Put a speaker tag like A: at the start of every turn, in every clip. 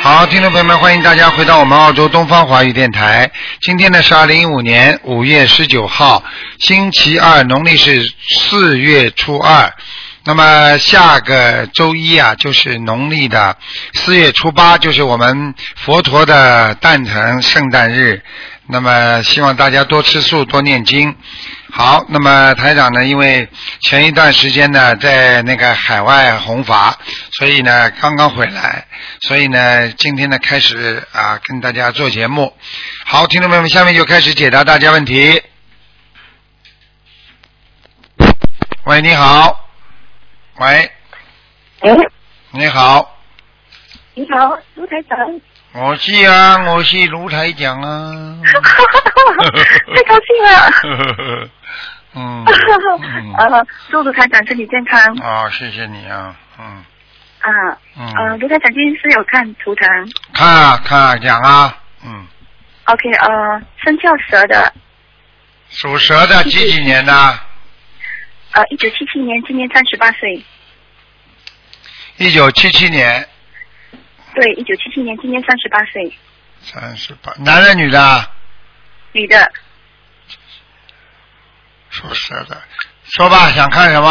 A: 好，听众朋友们，欢迎大家回到我们澳洲东方华语电台。今天呢是二零一五年五月十九号，星期二，农历是四月初二。那么下个周一啊，就是农历的四月初八，就是我们佛陀的诞辰圣诞日。那么希望大家多吃素，多念经。好，那么台长呢，因为前一段时间呢在那个海外弘法，所以呢刚刚回来，所以呢今天呢开始啊跟大家做节目。好，听众朋友们，下面就开始解答大家问题。喂，你好。喂，
B: 哎，
A: 你好，
B: 你好，卢台 长，
A: 我是啊，我是卢台长啊。
B: 太高兴了。
A: 嗯，嗯
B: 呃，祝卢台长身体健康
A: 啊，谢谢你啊，嗯
B: 啊！呃，
A: 嗯，
B: 卢台长今天是有看图腾
A: 看啊看啊，讲啊，嗯，
B: ，OK，呃，生肖蛇的，
A: 属蛇的几几年 的？
B: 呃，一九七七年，今年三十八岁，
A: 一九七七年，
B: 对，一九七七年，今年三十八岁，
A: 三十八，男的女的？
B: 女的，
A: 属蛇的，说吧，想看什么？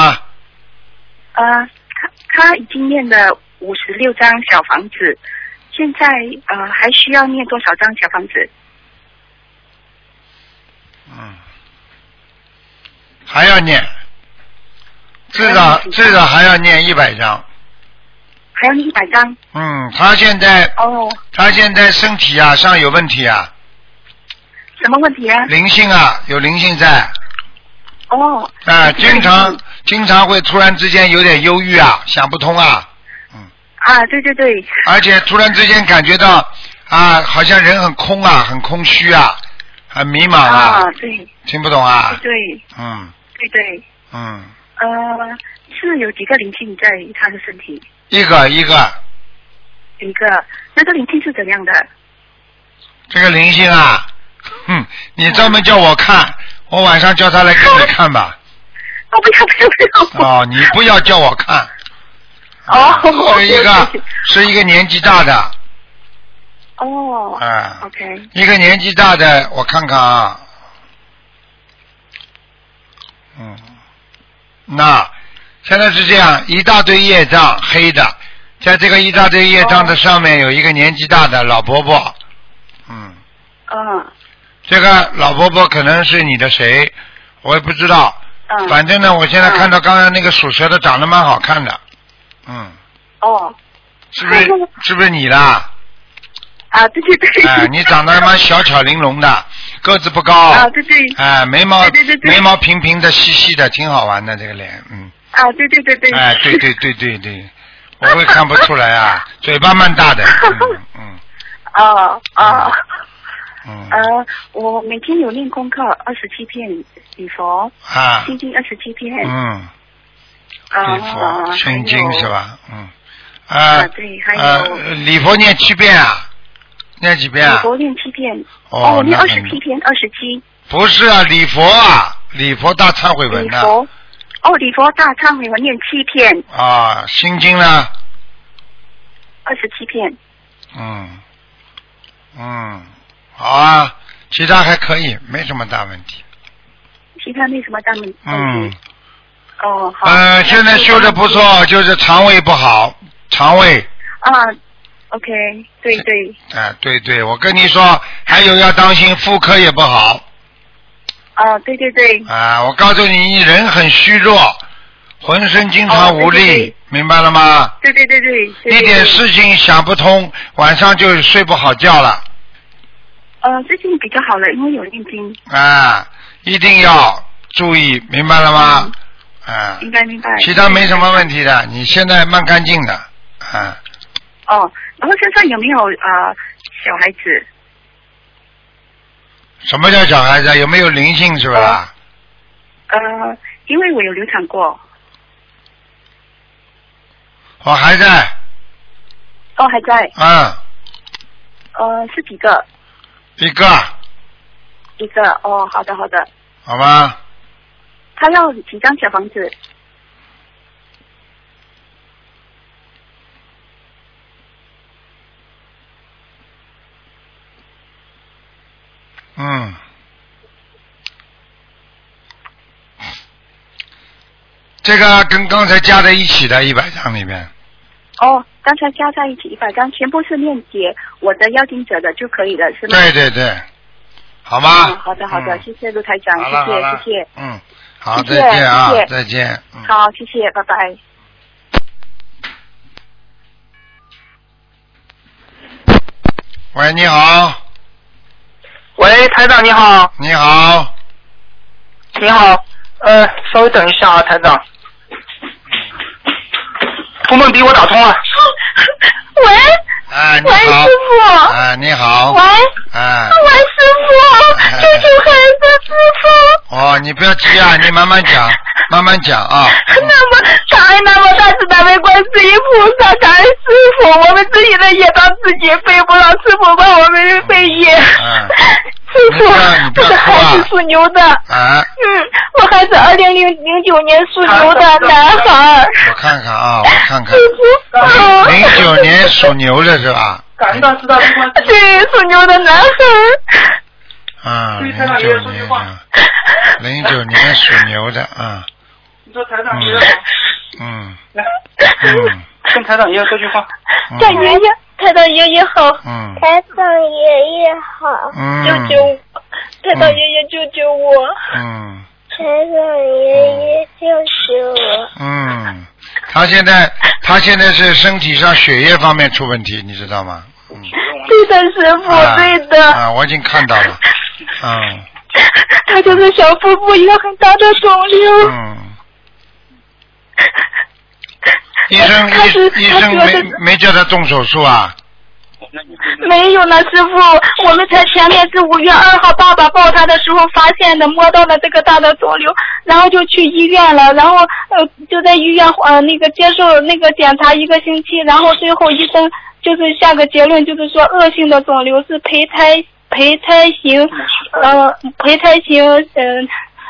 B: 呃，她她已经念了五十六张小房子，现在呃还需要念多少张小房子？
A: 嗯，还要念，至
B: 还要
A: 少
B: 念几张
A: 至少还要念一百张。
B: 还要念一百张
A: 嗯，他现在
B: 哦？
A: 他现在身体啊上有问题啊，
B: 什么问题啊？
A: 灵性啊有灵性在
B: 哦，
A: 啊，
B: 有灵性
A: 经常经常会突然之间有点忧郁啊，想不通啊，
B: 啊，对对对，
A: 而且突然之间感觉到啊，好像人很空啊，很空虚啊，很迷茫啊，
B: 啊，对
A: 听不懂啊，
B: 对
A: 嗯
B: 对对，
A: 嗯，
B: 呃，是有几个灵性在他的身体，
A: 一个一个
B: 有一个那个灵性是怎样的？
A: 这个灵性啊，哼，你专门叫我看，我晚上叫他来给你看吧。
B: 哦，不要不要不要！
A: 哦，你不要叫我看。
B: 哦
A: 是一个
B: 对对对
A: 是一个年纪大的，
B: 哦
A: 啊、
B: ，OK，
A: 一个年纪大的，我看看啊，嗯，那现在是这样，一大堆业障黑的，在这个一大堆业障的上面有一个年纪大的老伯伯，嗯，
B: 嗯
A: 这个老伯伯可能是你的谁，我也不知道，
B: 嗯，
A: 反正呢，我现在
B: 嗯
A: 看到刚才那个属蛇的长得蛮好看的，嗯，
B: 哦
A: 是不是是不是你啦？
B: 啊，对对对，
A: 哎，你长得蛮小巧玲珑的，个子不高。
B: 啊，对对
A: 哎，眉毛
B: 对对对对
A: 眉毛平平的、细细的，挺好玩的这个脸，嗯，
B: 啊，对对对对，
A: 哎，对对对对对，我会看不出来啊，嘴巴蛮大的，嗯
B: 哦哦，
A: 嗯嗯
B: 呃，我每天有练功课二十七片礼佛，
A: 啊
B: 心经二十七片，
A: 嗯，
B: 啊
A: 礼佛心经是？吧？嗯
B: 哦啊
A: 啊，
B: 对，还有
A: 呃，礼佛念七遍啊，念几遍
B: 礼
A: 啊？
B: 佛练七片，
A: 哦，
B: 练
A: 那
B: 二十
A: 很
B: 七篇，二十七。
A: 不是啊，礼佛啊，礼佛大忏悔文啊
B: 礼
A: 呢
B: 佛，哦，礼佛大忏悔文念七片，
A: 啊，心经呢？
B: 二十七片。
A: 嗯，嗯，好啊，其他还可以，没什么大问题。
B: 其他没什么大问题。
A: 嗯，
B: 哦，好。
A: 呃，现在修的不错，就是肠胃不好，肠胃，
B: 啊，OK，对对，
A: 啊、对对，我跟你说，还有要当心妇科也不好
B: 啊，对对对，
A: 啊、我告诉你，你人很虚弱，浑身经常无
B: 哦对
A: 力，
B: 对对
A: 明白了吗？
B: 对对对对，对
A: 一点。事情想不通，晚上就睡不好觉了
B: 呃，最近比较好了，因为有念经，
A: 啊、一定要注意，明白了吗？啊、
B: 应该明白。
A: 其他没什么问题的，你现在蛮干净的，啊，
B: 哦，然后身上有没有呃小孩子？
A: 什么叫小孩子啊？有没有灵性是吧？
B: 嗯呃，因为我有流产过，
A: 我还在，
B: 哦还在，
A: 嗯，
B: 呃是几个？
A: 一个，
B: 一个哦，好的好的。
A: 好吧，
B: 他要几张小房子？
A: 嗯，这个跟刚才加在一起的一百张里面，
B: 哦，刚才加在一起一百张，全部是念给我的要经者的就可以了，是吗？
A: 对对对，好
B: 嗯
A: 吗？
B: 好的好的，
A: 嗯
B: 谢谢卢台长
A: 好了，
B: 谢
A: 好了
B: 谢谢谢，
A: 嗯，好，
B: 谢
A: 再
B: 谢
A: 见啊
B: 谢谢，
A: 再见。嗯。
B: 好，谢谢，拜拜。
A: 喂，你好，
C: 喂，台长你好，
A: 你好，
C: 你好，呃，稍微等一下啊，台长。托梦迪，我打通了。
D: 喂，
A: 哎，你
D: 喂，
A: 好
D: 师，傅，
A: 哎，你好
D: 喂，，
A: 哎，
D: 喂，师傅，救救孩子，师傅。
A: 哦，你不要急 啊，你慢慢讲，慢慢讲啊。嗯
D: 那么感恩那么大慈大悲观世音菩萨，感恩师傅，我们自己的业障自己背，不让师傅帮我们背业。
A: 嗯
D: 师傅，
A: 你不要你不
D: 我
A: 要
D: 的
A: 哭啊
D: 孩子属牛的，
A: 哎，
D: 嗯，我孩子二零零零九年属牛的男孩。
A: 我看看啊，我看看
D: 师，傅，啊
A: 零九年属牛的是吧？
C: 感恩大慈大悲观世音
D: 对，属牛的男孩。
A: 嗯，零九年的，零九年属牛的啊，
C: 你说台长爷爷好，
A: 嗯
C: 来
A: 嗯
C: 跟台长爷爷说句话。
A: 嗯
D: 大爷爷，太大爷爷好，
A: 嗯
E: 台长爷爷好，
A: 嗯，
D: 救救我！太大爷爷救救我！
A: 嗯
E: 台长爷爷救救我。
A: 嗯，他现在他现在是身体上血液方面出问题，你知道吗？嗯，
D: 对的，师傅，
A: 啊
D: 哦对的，
A: 啊，我已经看到了，嗯
D: 他就是小腹部一个很大的肿瘤。
A: 嗯，医生
D: 他是
A: 医医
D: 他
A: 生
D: 说
A: 没
D: 的是
A: 没叫他动手术啊？
D: 没有呢，师傅，我们才前面是五月二号爸爸抱他的时候发现的，摸到了这个大的肿瘤，然后就去医院了，然后呃就在医院呃那个接受那个检查一个星期，然后最后医生就是下个结论就是说恶性的肿瘤是胚胎胚胎型呃胚胎型嗯、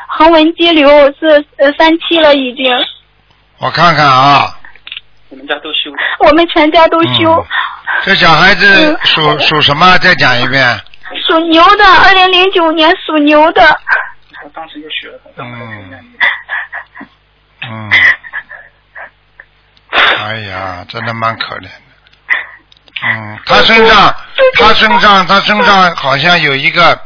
D: 横纹肌瘤是呃三期了已经，
A: 我看看啊，
C: 我们家都修。
D: 我们全家都休。
A: 嗯这小孩子
D: 嗯
A: 属属什么？再讲一遍。
D: 属牛的，二零零九年属牛的。
C: 我当时就学了。
A: 嗯嗯，哎呀，真的蛮可怜的。嗯，他身上，他身上，他身上好像有一个，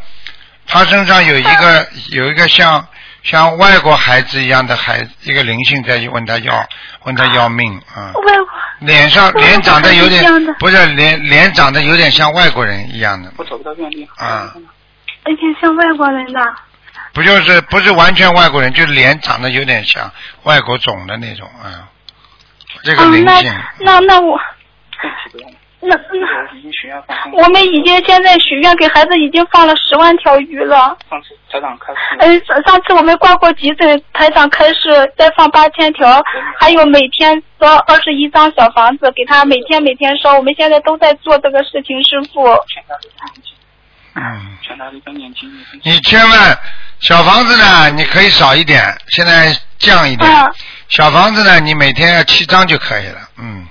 A: 他身上有一个有一个像像外国孩子一样的孩，一个灵性在问他要问他要命啊、
D: 喂，
A: 脸上
D: 我
A: 脸长得有点
D: 我看见这样的
A: 不是脸脸长得有点像外国人一样的，
C: 我走不到院里。
A: 啊
D: 而且像外国人的。
A: 不就是不是完全外国人，就是脸长得有点像外国种的那种啊。这个灵性，
D: 啊、那那那我
C: 更起不用了。
D: 那那
C: 我已经许愿放生了
D: 我们已经现在许愿给孩子已经放了十万条鱼了。
C: 上次台长开始。
D: 呃，上上次我们挂过急诊，台长开始再放八千条，还有每天烧二十一张小房子，给他每天每天烧。我们现在都在做这个事情，师傅。
C: 全家都在念经，
A: 嗯，
C: 全家都在念经。
A: 你千万小房子呢，你可以少一点，现在降一点。
D: 嗯，
A: 小房子呢，你每天要七张就可以了。嗯，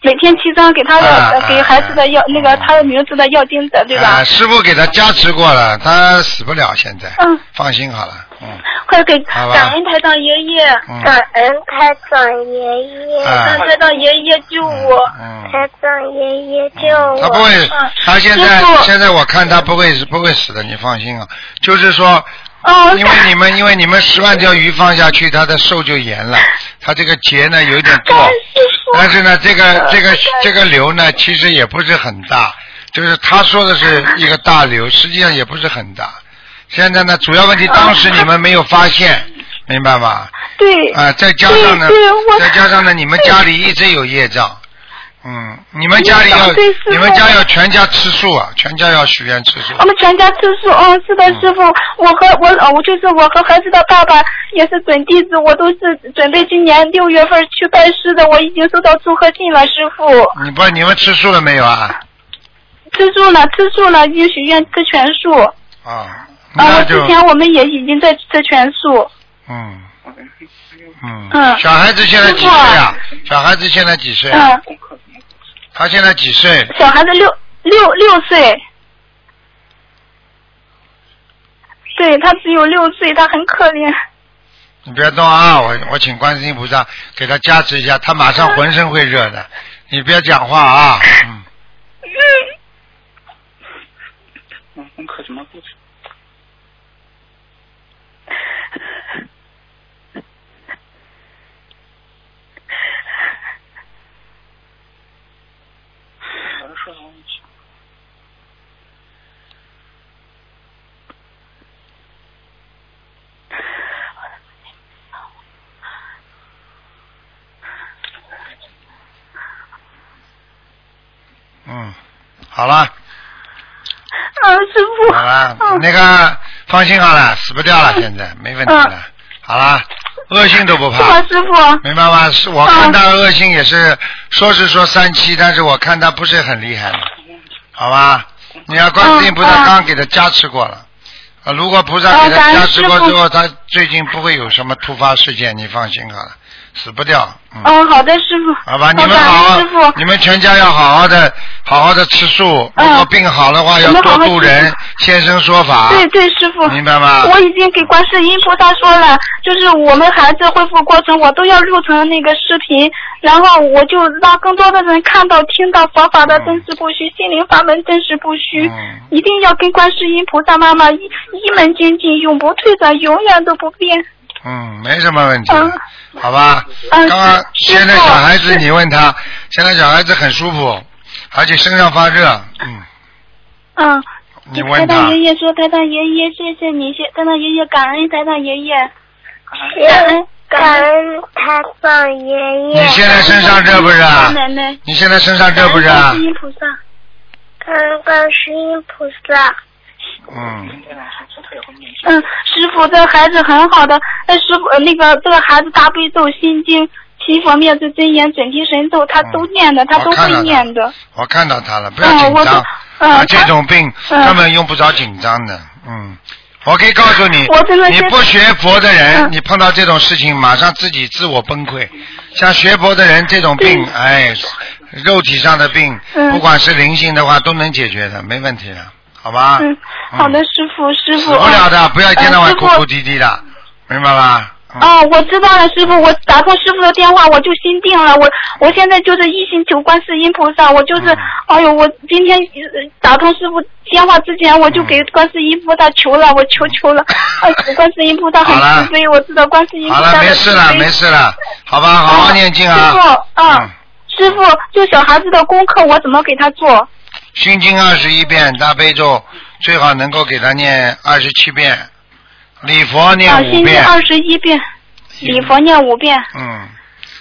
D: 每天七张给他的、
A: 啊
D: 呃
A: 啊
D: 给孩子的药、
A: 啊
D: 那个他的名字的药精者，对吧？
A: 啊，师傅给他加持过了，他死不了，现在。
D: 嗯，
A: 放心好了。嗯，
D: 快给
A: 好吧
D: 感恩台长爷爷，
A: 嗯
E: 感恩台长爷爷，
A: 啊
D: 感恩台长爷爷救我。
A: 嗯。
E: 台长爷爷救
A: 嗯他不
E: 我。
A: 会
D: 嗯，
A: 他现在
D: 师傅
A: 现在我看他不会不会死的，你放心啊。就是说，
D: 哦，
A: 因为你们因为你们十万条鱼放下去，它的寿就延了，它这个结呢有一点
D: 感
A: 多
D: 恩，师傅。
A: 但是呢，这个这个这个瘤呢，其实也不是很大，就是他说的是一个大 瘤，实际上也不是很大。现在呢，主要问题当时你们没有发现， 明白吧？
D: 对，
A: 啊、再加上呢
D: 对对，我
A: 再加上呢，你们家里一直有业障，嗯，你们家里要
D: 业障对师，傅
A: 你们家要全家吃素啊，全家要许愿吃素。
D: 我们全家吃素。嗯，是的，师傅，我和我呃，我就是我和孩子的爸爸也是准弟子，我都是准备今年六月份去拜师的。我已经收到祝贺信了，师傅。
A: 你不，你们吃素了没有啊？
D: 吃素了，吃素了，已经许愿吃全素。
A: 啊，
D: 啊，
A: 那
D: 我
A: 就
D: 之，前我们也已经在吃全素。
A: 嗯嗯，
D: 嗯
A: 小孩子现在几岁啊
D: 师？
A: 小孩子现在几岁啊？
D: 嗯，
C: 功课怎么？
A: 他现在几岁？
D: 小孩子六六六岁，对他只有六岁，他很可怜。
A: 你不要动啊！我我请观世音菩萨给他加持一下，他马上浑身会热的。你不要讲话啊！嗯，
C: 嗯，功课怎么布置？老师说什么问题？
A: 嗯，好了，
D: 啊，师傅。
A: 好了，
D: 嗯
A: 那个放心好了，死不掉了，现在没问题了。好了，恶性都不
D: 啊是吗
A: 怕，，
D: 师 傅？
A: 明白吗？是我看他恶性也是，说是说三期，但是我看他不是很厉害嘛，好吧？你要观世音菩萨
D: 嗯嗯
A: 刚给他加持过了，啊，如果菩萨给
D: 哦感
A: 他
D: 恩
A: 加持过
D: 师父
A: 之后，他最近不会有什么突发事件，你放心好了，死不掉，嗯。
D: 嗯，好的，师傅。
A: 好吧，你
D: 好
A: 们
D: 感恩
A: 好啊
D: 师傅，
A: 你们全家要好好的，好好的吃素。
D: 嗯
A: 如果病好的话，要
D: 我们好
A: 多
D: 好
A: 度人
D: 吃，
A: 现身说法。
D: 对对，师傅。
A: 明白吗？
D: 我已经给观世音菩萨说了，就是我们孩子恢复过程，我都要录成那个视频，然后我就让更多的人看到、听到佛法的真实不虚，心灵法门真实不虚，
A: 嗯
D: 一定要跟观世音菩萨妈妈一一门精进，永不退转，永远都不变。
A: 嗯，没什么问题的，
D: 嗯
A: 好吧？
D: 嗯
A: 刚刚
D: 师
A: 现在
D: 师
A: 小
D: 傅
A: 孩子，
D: 是
A: 你问他，现在小孩子很舒服，而且身上发热，嗯，
D: 嗯，
A: 你
D: 台
A: 问他
D: 长，爷爷说，台长爷爷谢谢你，谢台长爷爷感恩台长爷爷，感
E: 感
D: 恩感恩。
E: 恩开放爷爷，
A: 你现在身上热不热？
D: 奶奶，
A: 你现在身上热不啊热？
D: 感恩观世音菩萨，
E: 感恩观世音菩萨，
A: 嗯，
C: 现在老师说他也会念经。
D: 嗯，师傅，这孩子很好的。那师傅，呃那个这个孩子大悲咒、心经、七佛灭罪真言、准提神咒，
A: 嗯
D: 他都念的，他都会念的。
A: 我看到他了，不要
D: 嗯，
A: 紧
D: 我
A: 张
D: 都，，
A: 啊，
D: 嗯，
A: 这种病
D: 嗯
A: 根本用不着紧张的，嗯。我可以告诉你
D: 我真，的
A: 你
D: 是
A: 不学佛的人，
D: 嗯
A: 你碰到这种事情，马上自己自我崩溃。像学佛的人，这种病，哎，肉体上的病，
D: 嗯
A: 不管是灵性的话，都能解决的，没问题的，好吧
D: 他。嗯，好的，师傅，师
A: 啊死
D: 傅。
A: 不了的，
D: 嗯
A: 不要一天到晚
D: 嗯师
A: 哭
D: 傅
A: 哭啼啼的，明白吧？嗯
D: 哦，我知道了，师傅，我打通师傅的电话，我就心定了。我我现在就是一心求观世音菩萨，我就是，
A: 嗯
D: 哎呦，我今天呃打通师傅电话之前，我
A: 嗯
D: 就给观世音菩萨求了，我求 求了，哎，观世音菩萨
A: 好了
D: 很慈悲，我知道观世音菩
A: 好
D: 萨
A: 了，
D: 的
A: 没事了，
D: 慈悲啊
A: 没事了，好吧，好好念经
D: 师
A: 啊。
D: 傅，嗯，师傅，就小孩子的功课我怎么给他做？啊
A: 心经二十一遍，大悲咒最好能够给他念二十七遍，礼佛
D: 啊，
A: 念五
D: 心经
A: 遍，
D: 二十一遍，礼佛念五遍，
A: 嗯，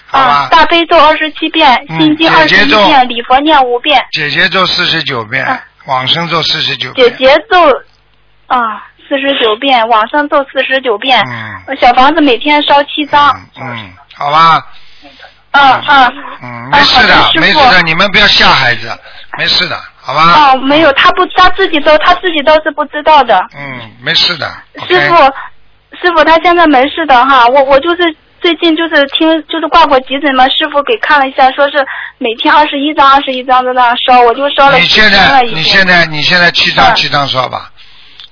A: 好
D: 啊
A: 吧，，
D: 大悲咒二十七遍，
A: 嗯
D: 心
A: 姐
D: 经二
A: 姐
D: 十一
A: 咒
D: 遍，礼佛念五遍，
A: 姐姐咒四十九遍，
D: 啊
A: 往生咒四十九
D: 姐
A: 遍，
D: 姐咒啊四十九遍，往上咒四十九遍，呃
A: 嗯，
D: 小房子每天烧七张，
A: 嗯嗯，好吧，
D: 嗯嗯。
A: 嗯，没事
D: 好的师
A: 没事
D: 傅
A: 的，你们不要吓孩子，没事的，好吧，
D: 哦，没有，他不，他自己都，他自己都是不知道的。
A: 嗯，没事的
D: 师
A: ，OK，
D: 傅，师傅，他现在没事的哈，我我就是最近就是听就是挂过急诊嘛，师傅给看了一下，说是每天二十一张二十一张的那样烧，我就烧了
A: 你现
D: 几天
A: 在
D: 了已经
A: 你现在你现在七张
D: 嗯
A: 七张说吧。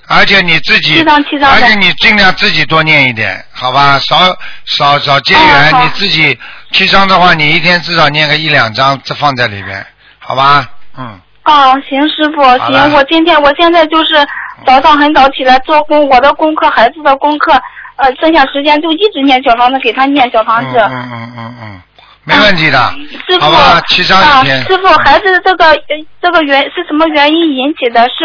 A: 而且你自己，
D: 七张七张
A: 而
D: 的
A: 且你尽量自己多念一点，好吧？少少少结缘，
D: 嗯好
A: 你自己七张的话，你一天至少念个一两张，这放在里边，好吧？嗯，
D: 哦，行，师傅，
A: 好了
D: 行，我今天我现在就是早上很早起来做工，我的功课，孩子的功课，呃，剩下时间就一直念小房子，给他念小房
A: 嗯
D: 子。嗯
A: 嗯嗯嗯嗯，没问题的，
D: 师傅
A: 好吧？七张
D: 啊，
A: 一天，
D: 师傅，孩子的这个呃这个原是什么原因引起的？是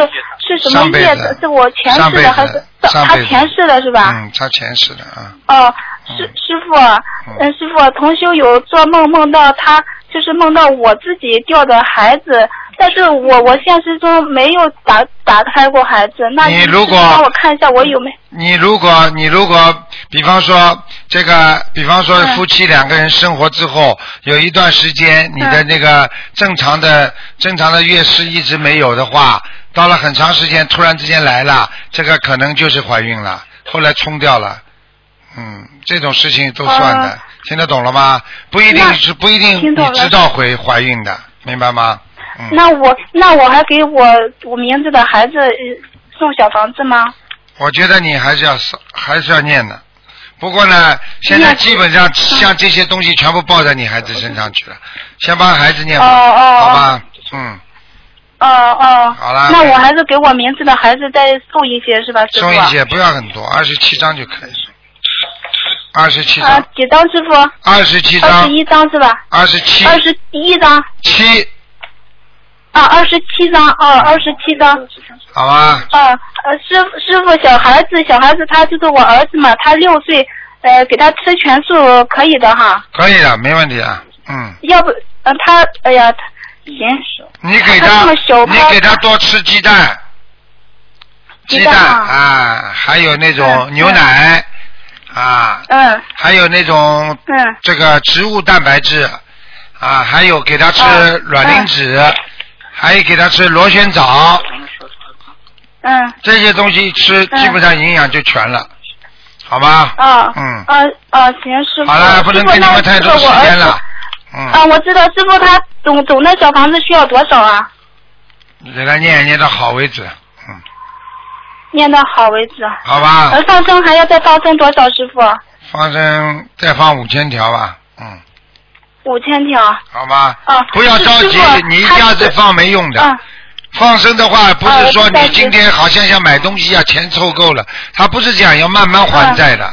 D: 是什么
A: 上辈
D: 业
A: 子
D: 的？是我前
A: 上辈
D: 世
A: 子
D: 的还是
A: 上
D: 他
A: 辈子
D: 前世的是吧？
A: 嗯，他前世的啊，
D: 哦，
A: 嗯
D: 师师傅啊，
A: 嗯
D: 嗯，师傅啊，同修有做梦梦到他，就是梦到我自己掉的孩子，但是我我现实中没有打打开过孩子，那
A: 你如果
D: 帮我看一下我有没
A: 你如果你如果比方说这个，比方说
D: 嗯
A: 夫妻两个人生活之后，有一段时间你的那个正常的正常的月事一直没有的话，到了很长时间突然之间来了，这个可能就是怀孕了，后来冲掉了。嗯，这种事情都算的，
D: 啊
A: 听得懂了吗？不一定
D: 那
A: 是不一定
D: 听懂
A: 你
D: 了
A: 知道会怀孕的，明白吗？嗯，
D: 那我那我还给我我名字的孩子呃送小房子吗？
A: 我觉得你还是要还是要念的。不过呢，现在基本上像这些东西全部报在你孩子身上去了，先帮孩子念吧，
D: 哦哦哦
A: 好吧？嗯，
D: 哦哦，
A: 好啦
D: 那我还是给我名字的孩子再送一些是吧，师傅？啊
A: 送一些，不要很多，二十七张就可以了。二十七
D: 啊
A: 张，，
D: 几张师傅？
A: 二十七
D: 二十
A: 张，
D: 一张是吧？
A: 二十七
D: 二十一张
A: 七，
D: 啊，二十七张哦，二十七张。
A: 好吧？
D: 啊，呃，师傅师傅，小孩子，小孩子他就是我儿子嘛，他六岁，呃，给他吃全素可以的哈，
A: 可以的，没问题啊。嗯，
D: 要不，呃，他，哎呀，他行，
A: 你给
D: 他
A: 他
D: 啊这么小，
A: 你给他多吃鸡蛋，
D: 鸡
A: 鸡
D: 蛋
A: 蛋
D: 啊
A: 啊，还有那种
D: 嗯
A: 牛奶啊，
D: 嗯
A: 还有那种
D: 嗯
A: 这个植物蛋白质啊，还有给他吃
D: 嗯
A: 卵磷脂，还有给他吃螺旋藻，
D: 嗯，
A: 这些东西吃
D: 嗯
A: 基本上营养就全了，好吗？
D: 啊，
A: 嗯
D: 啊啊，行，师傅，
A: 好了，不能给你们太多时间了。
D: 师傅那这个我儿子啊，
A: 嗯，
D: 我知道，师傅他总总的小房子需要多少啊？
A: 给他念念到好为止，嗯，
D: 念到好为止。
A: 好吧
D: 呃，。放生还要再放生多少，师傅？
A: 放生再放五千条吧，嗯，
D: 五千条。
A: 好吧。
D: 啊，
A: 不要着急
D: 师傅，
A: 你一下子。放没用的。
D: 他嗯
A: 放生的话，不
D: 啊
A: 是
D: 我
A: 说
D: 知道
A: 你今天好像想买东西啊，钱凑够了，他不是这样，要慢慢还债
D: 啊
A: 的，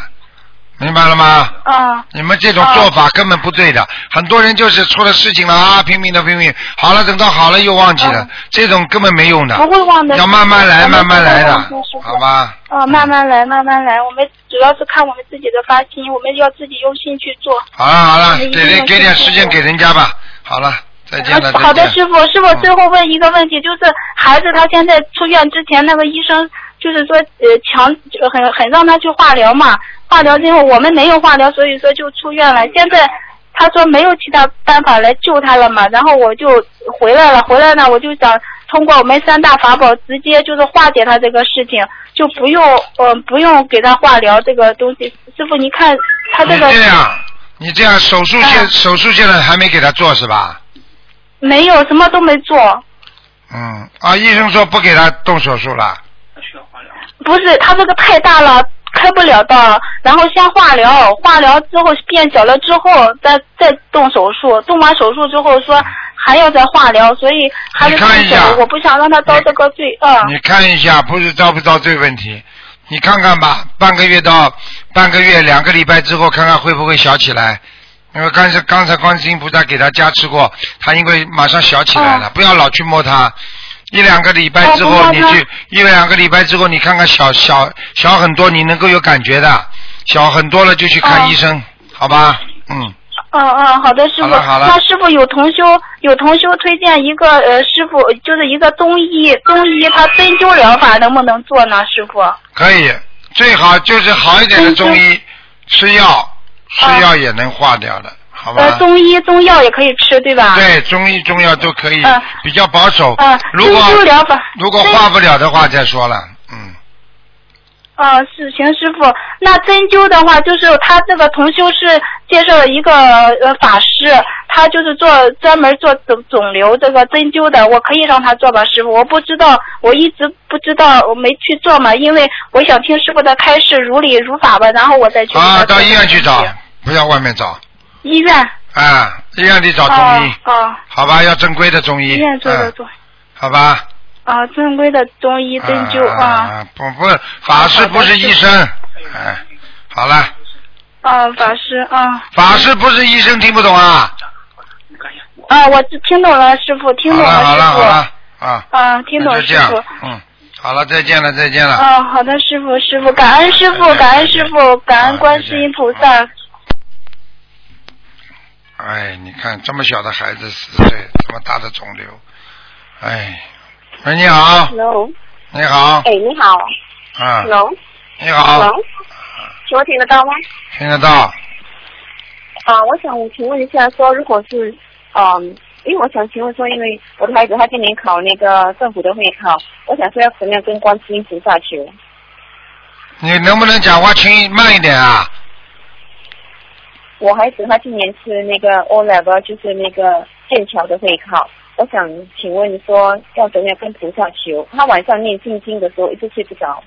A: 明白了吗？
D: 嗯
A: 你们这种做法根本不对的，很多人就是出了事情了啊，拼命的拼命，好了等到好了又忘记了
D: 嗯，
A: 这种根本没用的，
D: 不会忘的。
A: 啊
D: 嗯
A: 要慢慢来，
D: 我们
A: 慢慢来的
D: 不会忘师，傅
A: 好吧？
D: 哦，慢慢来，慢慢来。我们主要是看我们自己的发心，我们要自己用心去做。
A: 好了好了，
D: 嗯
A: 给人给点时间给人家吧，好了，再见了，
D: 呃好的
A: 再，见
D: 师傅，师
A: 嗯
D: 傅最后问一个问题，就是孩子他现在出院之前，那个医生就是说呃强呃很很让他去化疗嘛，化疗之后我们没有化疗，所以说就出院了。现在他说没有其他办法来救他了嘛，然后我就回来了，回来呢我就想通过我们三大法宝直接就是化解他这个事情，就不用呃不用给他化疗这个东西。师傅你看他这
A: 你
D: 个
A: 这样，你这样手术现
D: 嗯
A: 手术现在还没给他做是吧？
D: 没有什么都没做，
A: 嗯，啊，医生说不给他动手术了。
D: 不是，他这个太大了，开不了刀。然后先化疗，化疗之后变小了之后，再再动手术。动完手术之后说还要再化疗，所以还是
A: 你看一下
D: 我不想让他遭这个罪啊恶。
A: 你看一下，不是遭不遭罪问题，你看看吧，半个月到半个月两个礼拜之后，看看会不会小起来。因为刚才刚才观世音菩萨给他加持过，他因为马上小起来了，不要老去摸它。一两个礼拜之后，
D: 哦哦不摸
A: 你
D: 它
A: 去一两个礼拜之后，你看看小小小很多，你能够有感觉的，小很多了就去看
D: 哦
A: 医生，好吧？嗯。
D: 嗯嗯，好的，师
A: 好
D: 傅。
A: 了好了
D: 那师傅有同修有同修推荐一个呃，师傅就是一个中医中医，他针灸疗法能不能做呢？师傅？
A: 可以，最好就是好一点的中医，吃药，吃
D: 啊
A: 药也能化掉的，好吧？
D: 呃，中医中药也可以吃，对吧？。
A: 对，中医中药都可以，
D: 嗯
A: 比较保守。
D: 啊、
A: 如
D: 针
A: 果
D: 灸疗法。
A: 如果
D: 针
A: 化不了的话，再说了，嗯，
D: 啊，是行，师傅。那针灸的话，就是他这个同修是介绍了一个呃法师，他就是做专门做肿肿瘤这个针灸的，我可以让他做吧，师傅。我不知道，我一直不知道，我没去做嘛，因为我想听师傅的开示，如理如法吧，然后我再去。
A: 啊，到医院去找，不要外面找，
D: 医院。
A: 啊，医院里找中医，
D: 哦哦，
A: 好吧？要正规的中医，
D: 医院做的
A: 嗯
D: 做。
A: 好吧？
D: 啊，正规的中医针灸
A: 啊
D: 啊，
A: 啊，不不，法师不是医生，哎，好了，
D: 啊，法师啊
A: 法师不是医生，听不懂啊？
D: 啊，我听懂了，师傅，听懂
A: 好了好了
D: 师
A: 好
D: 傅，
A: 了啊，
D: 啊，听懂
A: 那
D: 了，
A: 就这
D: 师
A: 样
D: 傅。，
A: 嗯，好了，再见了再见了。
D: 哦，好的，师傅，师傅，感恩师傅，感恩师傅，感恩观世音菩萨。
A: 哎，你看这么小的孩子四岁，这么大的肿瘤，哎，喂，你好，
E: Hello，
A: 你好，
E: 哎，你好
A: 啊，
E: ，Hello，Hello，
A: 你好，
E: 请问听得到吗？
A: 听得到，
E: 啊，我想请问一下，说如果是，嗯，因为我想请问说，因为我的孩子他今年考那个政府的会考，我想说要怎么样跟观世音菩萨求？
A: 你能不能讲话轻一慢一点啊？
E: 我孩子他今年是那个 O level，就是那个剑桥的会考。我想请问说，要怎么样跟菩萨求？他晚上念心经的时候一直睡不着。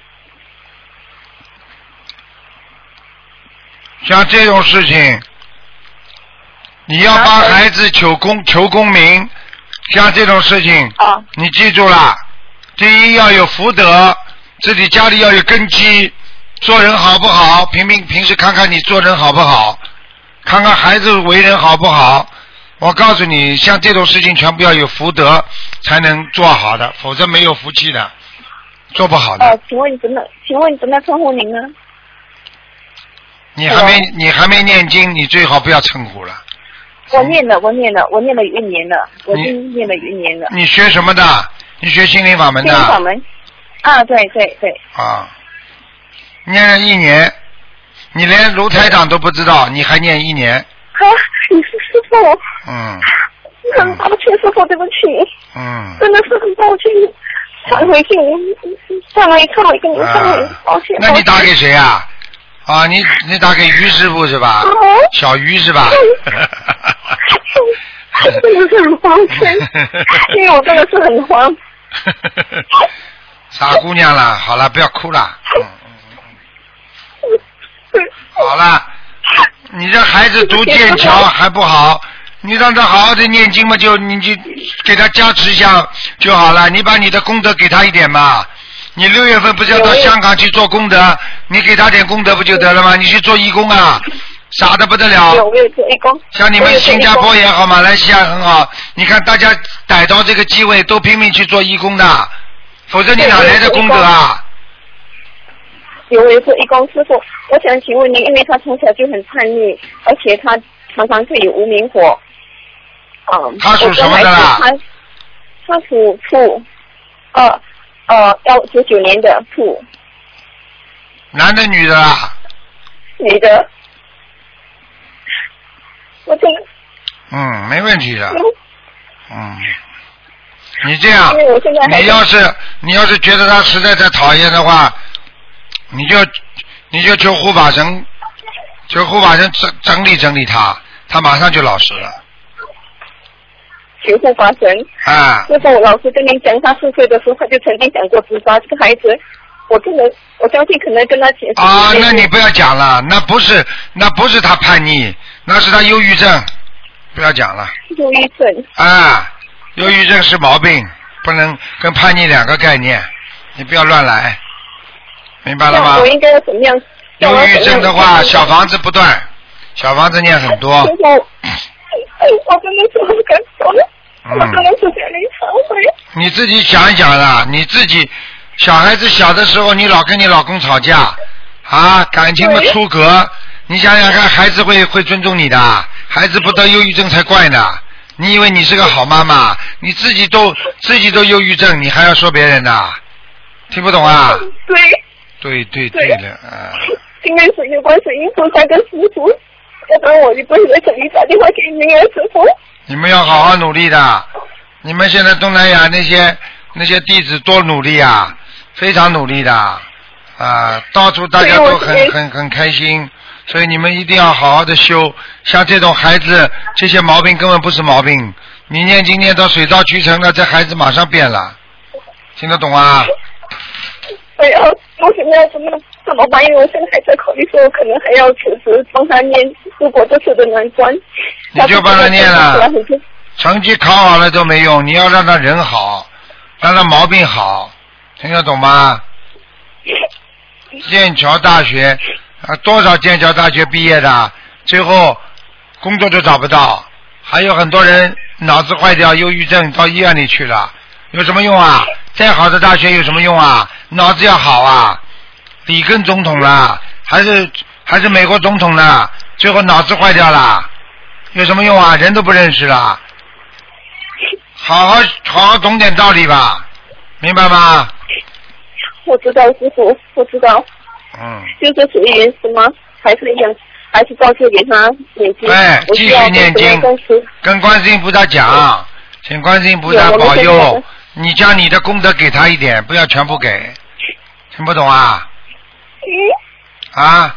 A: 像这种事情，你要帮孩子求功求功名，像这种事情，
E: 哦
A: 你记住了，第一要有福德，自己家里要有根基，做人好不好？平平平时看看你做人好不好，看看孩子为人好不好。我告诉你，像这种事情全部要有福德才能做好的，否则没有福气的，做不好的。
E: 呃，请问怎么请问怎么称呼您呢？
A: 你还没你还没念经，你最好不要称呼了。
E: 我念了，我念了，我念了一年了，我已
A: 你
E: 经念了一年了。
A: 你学什么的？你学心灵法门
E: 心灵法
A: 的
E: 门。啊，对对对，
A: 啊？念了一年，你连卢台长都不知道，你还念一年？
E: 啊，你是师傅，
A: 嗯
E: 很抱歉，师傅，对不起，
A: 嗯。
E: 真的是很抱歉，忏悔信，忏悔，忏悔，跟您
A: 啊
E: 忏悔，抱歉。
A: 那你打
E: 抱歉
A: 给谁啊？啊，你你打给于师傅是吧
E: 哦？哎
A: 小于是吧？，
E: 真的是很抱歉 因为哎我真的是很慌。
A: 傻姑娘了，好了，不要哭了。嗯嗯嗯。好了，你这孩子读剑桥还不好，你让他好好的念经嘛，就你就给他加持一下就好了。你把你的功德给他一点嘛。你六月份不是要到香港去做功德？你给他点功德不就得了吗？你去做义工啊，傻的不得了。
E: 有没有做义工？
A: 像你
E: 我
A: 们
E: 有做
A: 新加
E: 义工
A: 坡也好，马来西亚很好，你看大家逮到这个机会都拼命去做义工的，否则你哪来的功德啊？
E: 有为做义工师傅，我想请问您，因为他从小就很叛逆，而且他常常会有无名火。嗯，
A: 他属什么的啊啦
E: 我跟孩子他他属兔，呃呃，幺九九年的兔
A: 男的女的啊？
E: 女的。我真的，
A: 嗯，没问题的，
E: 因
A: 嗯。你这样，
E: 为我现在还
A: 你要是你要是觉得他实在太讨厌的话，你就你就求护法神，求护法神整整理整理他，他马上就老实了。
E: 求护法神。
A: 啊、
E: 那时候我老师跟您讲，他四岁的时候，他就曾经讲过自杀。这个孩子，我真的，我相信可能跟他前世
A: 啊，
E: 有
A: 那
E: 点
A: 你不要讲了，那不是那不是他叛逆，那是他忧郁症，不要讲了
E: 忧郁症。
A: 啊，忧郁症是毛病，不能跟叛逆两个概念，你不要乱来，明白了
E: 那
A: 吗
E: 我？应该要怎么样？
A: 忧郁症的话，小
E: 房
A: 房子不断，小房子念很多嗯
E: 师，傅，我真的是很感动，我真的
A: 嗯，
E: 是向你忏悔。
A: 你自己想一想啦，你自己小孩子小的时候，你老跟你老公吵架啊，感情不
E: 对
A: 出格，你想想看，孩子会会尊重你的，孩子不得忧郁症才怪呢。你以为你是个好妈妈？你自己都自己都忧郁症，你还要说别人呐？听不懂啊？对
E: 对，
A: 对
E: 对
A: 的，啊，
E: 今天是有关水音菩萨跟师傅，要不然我就不会在这里打电话给您啊，师傅。
A: 你们要好好努力的。你们现在东南亚那些那些弟子多努力啊，非常努力的啊，到处大家
E: 对我
A: 都很
E: 今天
A: 很很开心，所以你们一定要好好的修。像这种孩子，这些毛病根本不是毛病，你念经念到水到渠成了，这孩子马上变了，听得懂啊？
E: 对啊，我现在怎么怎么办？因为我现在还在考虑说，我可能还要辞职帮他念，如果这次的难关，
A: 你就帮他念了
E: 他就真的
A: 成绩考好了都没用，你要让他人好，让他毛病好，听得懂吗？剑桥大学啊，多少剑桥大学毕业的，最后工作都找不到，还有很多人脑子坏掉，忧郁症到医院里去了，有什么用啊？再好的大学有什么用啊？脑子要好啊！里根总统啦，还是还是美国总统啦，最后脑子坏掉啦。有什么用啊？人都不认识了，好好好好懂点道理吧，明白吗？
E: 我知道师傅，我知道，
A: 嗯，
E: 就是属于原始吗？还是一样，还是照旧给他念经？
A: 对
E: 我需要
A: 继续念经
E: 怎么样跟师
A: 跟观世音菩萨讲，请观世音菩萨
E: 有我
A: 保
E: 们现在
A: 佑
E: 的
A: 你，将你的功德给他一点，不要全部给，听不懂啊？
E: 嗯
A: 啊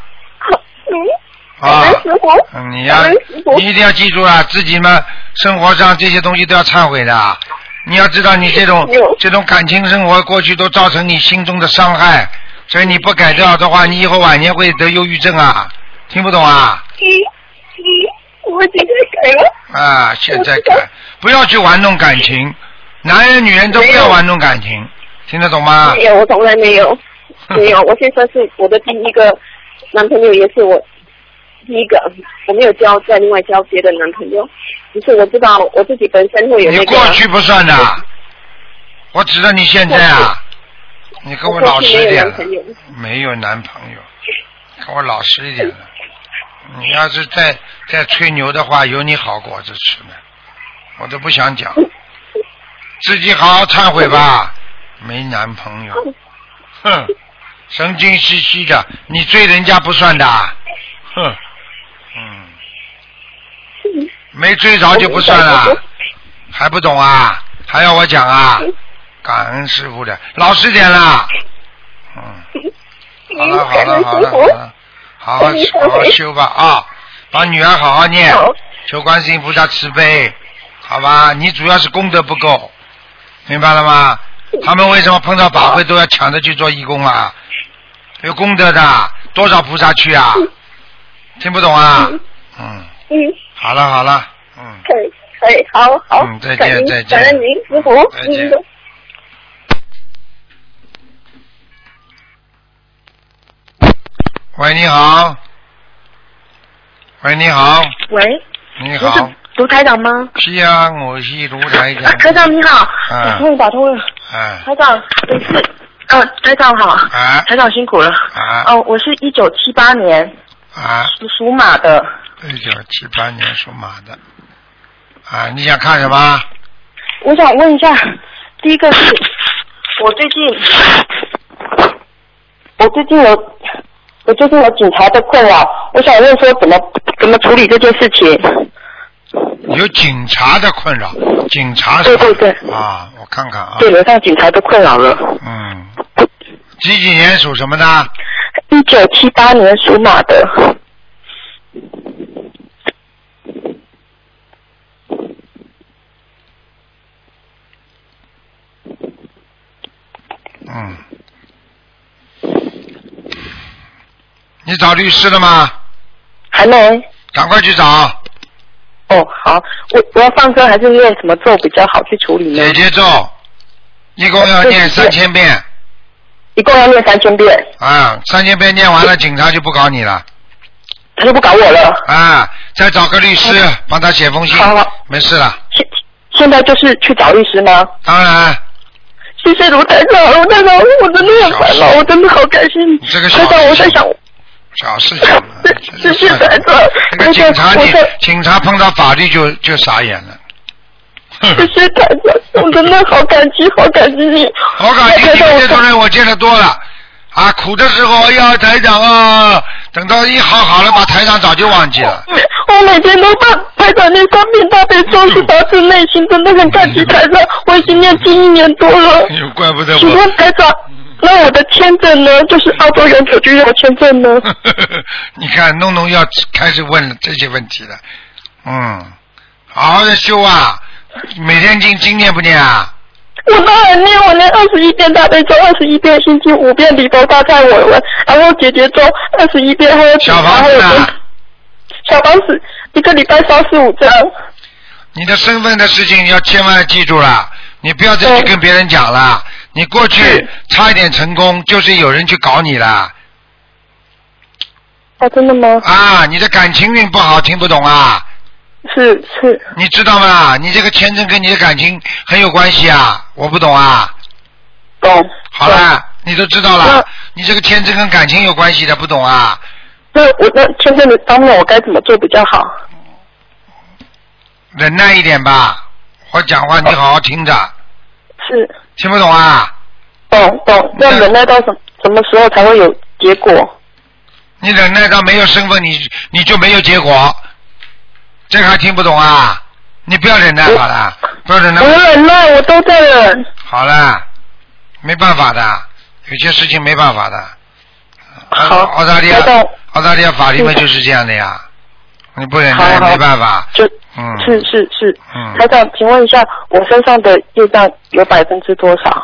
E: 嗯，
A: 啊！
E: 感恩师傅
A: 嗯你要
E: 感恩师傅
A: 你一定要记住啊，自己嘛生活上这些东西都要忏悔的。啊你要知道，你这种
E: 有
A: 这种感情生活过去都造成你心中的伤害，所以你不改掉的话，你以后晚年会得忧郁症啊，听不懂啊？
E: 我现在改了。
A: 啊，现在改，不要去玩弄感情，男人女人都不要玩弄感情，听得懂吗
E: 没？有，我从来没有，
A: 嗯
E: 没有。我先生是我的第一个男朋友，也是我第一个，我没有交在另外交别的男朋友。只是我知道我自己本身会有那
A: 你
E: 个。
A: 过去不算的，我指着你现在啊，你跟
E: 我
A: 老
E: 过去
A: 实一
E: 没有
A: 点
E: 男
A: 了，
E: 朋友。
A: 没有男朋友，跟我老实一点了。你要是再再吹牛的话，有你好果子吃呢，我都不想讲。自己好好忏悔吧，没男朋友，哼，神经兮兮的，你追人家不算的，哼，嗯，没追着就不算了，还不懂啊？还要我讲啊？感恩师傅的，老实点 啦，嗯。好了好了好了好了，好好好好修吧啊！把女儿好好念，求观世音菩萨慈悲，好吧？你主要是功德不够，明白了吗？他们为什么碰到法会都要抢着去做义工啊？有功德的，多少菩萨去啊？听不懂啊？嗯，
E: 嗯，
A: 好了好了，嗯，
E: 可以可以，好好。
A: 嗯再见
E: 感恩
A: 再见
E: 感恩您师傅。
A: 再见
E: 嗯
A: 喂，你好，喂，你好，
F: 喂，
A: 你
F: 我
A: 好
F: 是，卢台长吗？
A: 是啊，我是卢台
F: 啊
A: 长，，
F: 台长你好，
A: 嗯
F: 打通了打通了，
A: 哎
F: 台长，我是，啊，台长好，
A: 哎
F: 台长辛苦了，
A: 哎
F: 哦，我是一九七八年
A: 哎。
F: 属属马的，
A: 一九七八年属马的。啊，你想看什么？
F: 我想问一下，第一个是，我最近，我最近有，我最近有警察的困扰，我想问说怎么怎么处理这件事情？
A: 有警察的困扰，警察是
F: 对
A: 吧
F: 对对，
A: 啊，我看看啊，
F: 对，楼上警察的困扰了。
A: 嗯，几几年属什么的？
F: 一九七八年属马的，
A: 嗯，你找律师了吗？
F: 还没。
A: 赶快去找
F: 哦，好，我我要放生还是念什么咒比较好去处理呢
A: 姐？姐咒，一共要
F: 啊
A: 念三千遍
F: 一共要念三千遍，
A: 啊，三千遍念完
F: 嗯
A: 了，警察就不搞你了
F: 他就不搞我了。
A: 啊，再找个律师帮他写封信
F: 好嗯好，
A: 没事了。
F: 现现在就是去找律师吗？
A: 当然，
F: 谢谢卢台长，卢台长，我真的很烦恼，我真的好感谢你。
A: 你这个小
F: 台长，我在想，
A: 小事情 嘛，
F: 谢谢台长
A: 这个警察，
F: 我
A: 你
F: 在
A: 警察碰到法律就就傻眼 了。
F: 谢谢台长，我真的好感激，好感激你。
A: 我感觉
F: 台
A: 你
F: 长，
A: 们这
F: 我
A: 种人我见得多了，啊，苦的时候哎呀台长啊，等到一好好了，把台长早就忘记了。
F: 我每天都把台长念三遍大悲咒，是发自内心，真的很感激台长，我已经念经一年多了。
A: 哎呦，怪不得
F: 请
A: 我，
F: 问台长，那我的签证呢？就是澳洲永久居留签证呢？
A: 你看弄弄要开始问这些问题了，嗯，好好的修啊，每天经经念不念啊？
F: 我都很念，我念二十一遍大悲咒，二十一遍心经，五遍礼佛大忏悔文，然后解决咒二十一遍，还有
A: 小房
F: 还
A: 子
F: 有
A: 呢？
F: 小房子一个礼拜烧四五张。
A: 你的身份的事情你要千万记住了，你不要再去
F: 嗯
A: 跟别人讲了。你过去
F: 是
A: 差一点成功，就是有人去搞你了
F: 哦，真的吗？
A: 啊！你的感情运不好，听不懂啊？
F: 是是，
A: 你知道吗？你这个签证跟你的感情很有关系啊！我不懂啊。
F: 懂。
A: 好了，你都知道了
F: 那，
A: 你这个签证跟感情有关系的，不懂啊？
F: 那我那签证的方面，我该怎么做比较好？
A: 忍耐一点吧，我讲话你好好听着，
F: 是，
A: 听不懂啊？
F: 懂懂。
A: 那
F: 那忍耐到什什么时候才会有结果？
A: 你忍耐到没有身份，你你就没有结果，这个还听不懂啊？你不要忍耐好了，不要忍耐
F: 我，忍耐，我都在忍。
A: 好了，没办法的，有些事情没办法的。
F: 好
A: 啊澳澳大利亚
F: 台长，
A: 澳大利亚法律嘛就是这样的呀，你不忍耐
F: 好好
A: 没办法。
F: 就
A: 嗯，
F: 是是是
A: 嗯，
F: 台长，请问一下，我身上的业障有百分之多少？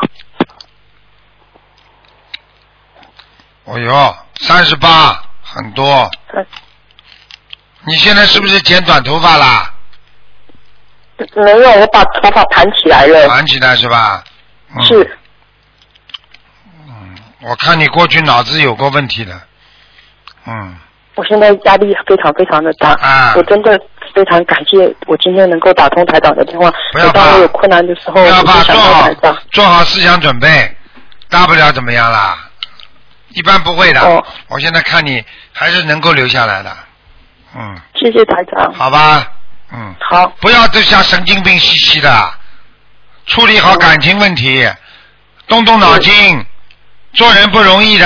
A: 哎哦哟，三十八，很多，
F: 嗯
A: 你现在是不是剪短头发啦？
F: 没有，我把头发盘起来了，
A: 盘起来是吧？哎嗯、
F: 是。
A: 我看你过去脑子有过问题的，嗯，
F: 我现在压力非常非常的大，
A: 啊
F: 我真的非常感谢我今天能够打通台长的电话。
A: 不要
F: 每
A: 怕
F: 当我有困难的时候，
A: 不要
F: 哦我就
A: 怕，做
F: 想到
A: 好
F: 台长。
A: 做好思想准备，大不了怎么样啦？一般不会的，
F: 哦
A: 我现在看你还是能够留下来的，嗯，
F: 谢谢台长。
A: 好吧，嗯，
F: 好，
A: 不要都像神经病兮兮的，处理好感情问题，动动脑筋，做人不容易的，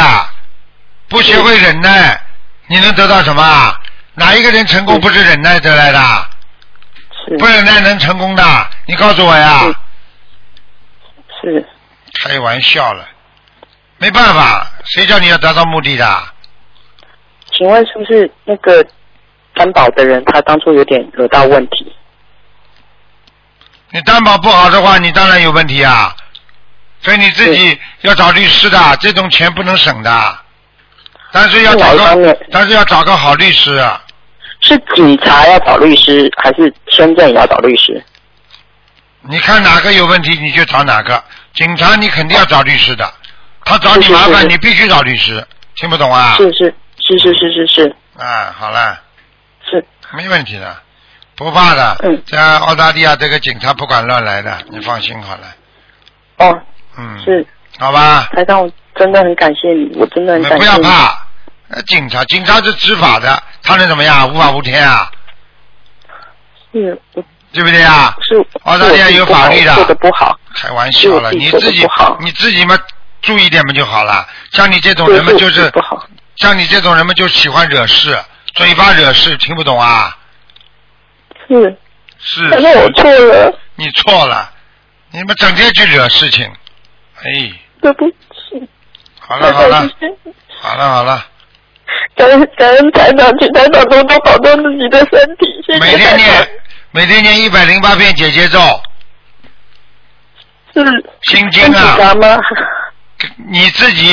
A: 不学会忍耐，你能得到什么？哪一个人成功不是忍耐得来的？
F: 是
A: 不忍耐能成功的？你告诉我呀！
F: 嗯是
A: 开玩笑了，没办法，谁叫你要达到目的的？
F: 请问是不是那个担保的人他当初有点惹到问题？
A: 你担保不好的话，你当然有问题啊。所以你自己要找律师的，这种钱不能省的。但是要找
F: 是哪一啊方
A: 个
F: 面，
A: 但是要找个好律师。啊
F: 是警察要找律师，还是深圳也要找律师？
A: 你看哪个有问题，你就找哪个。警察你肯定要找律师的，他找你
F: 是是
A: 麻
F: 是
A: 烦，
F: 是
A: 你必须找律师。听不懂啊？
F: 是是是是是是是
A: 啊，好了。
F: 是，
A: 没问题的，不怕的。
F: 嗯
A: 在澳大利亚这个警察不敢乱来的，你放心好了。
F: 哦，
A: 嗯。
F: 是。
A: 好吧，
F: 台长，我真的很感谢你，我真的很
A: 你
F: 感谢你。
A: 不要怕，呃警察，警察是执法的，他能怎么样？无法无天啊，
F: 是，我
A: 对不对啊？
F: 是
A: 澳大利亚有法律的
F: 是我自己不好我做的不好，
A: 开玩笑了，
F: 是我自己
A: 你
F: 做
A: 自
F: 得
A: 己
F: 不好
A: 你自己嘛，注意点嘛就好了。像你这种
F: 对
A: 人嘛，
F: 是我
A: 就
F: 自己
A: 是
F: 不好。
A: 像你这种人嘛，就喜欢惹事，嘴巴惹事，听不懂啊？
F: 是，
A: 是，
F: 啊但是我错了，
A: 你错了，你们整天去惹事情，哎，
F: 对不起。
A: 好了好了，
F: 对不起
A: 好了好了。
F: 感恩感恩台长，请台长多多保重自己的身体，谢谢
A: 每
F: 台
A: 天
F: 长
A: 念。每天念一百零八遍姐姐咒，
F: 是
A: 心经
F: 跟警
A: 啊，
F: 察吗？
A: 你自己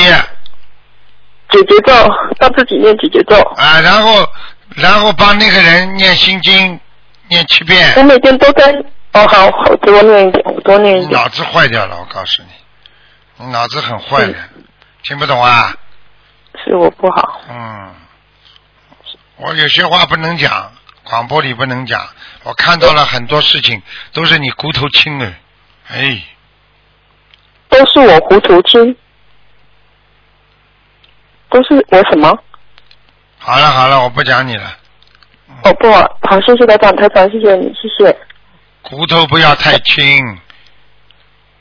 F: 姐姐咒，帮自己念姐姐咒。
A: 啊，然后然后帮那个人念心经，念七遍
F: 我，每天都在。哦，好，好，多念一点，我多念一
A: 你
F: 点。
A: 脑子坏掉了，我告诉你，你脑子很坏的，听不懂啊？
F: 是我不好，
A: 嗯，我有些话不能讲，广播里不能讲，我看到了很多事情，都是你骨头轻的，哎，
F: 都是我糊涂清，都是我什么？
A: 好了好了，我不讲你了，
F: 哦不，好，谢谢台长，台长，谢谢你，谢谢。
A: 骨头不要太轻，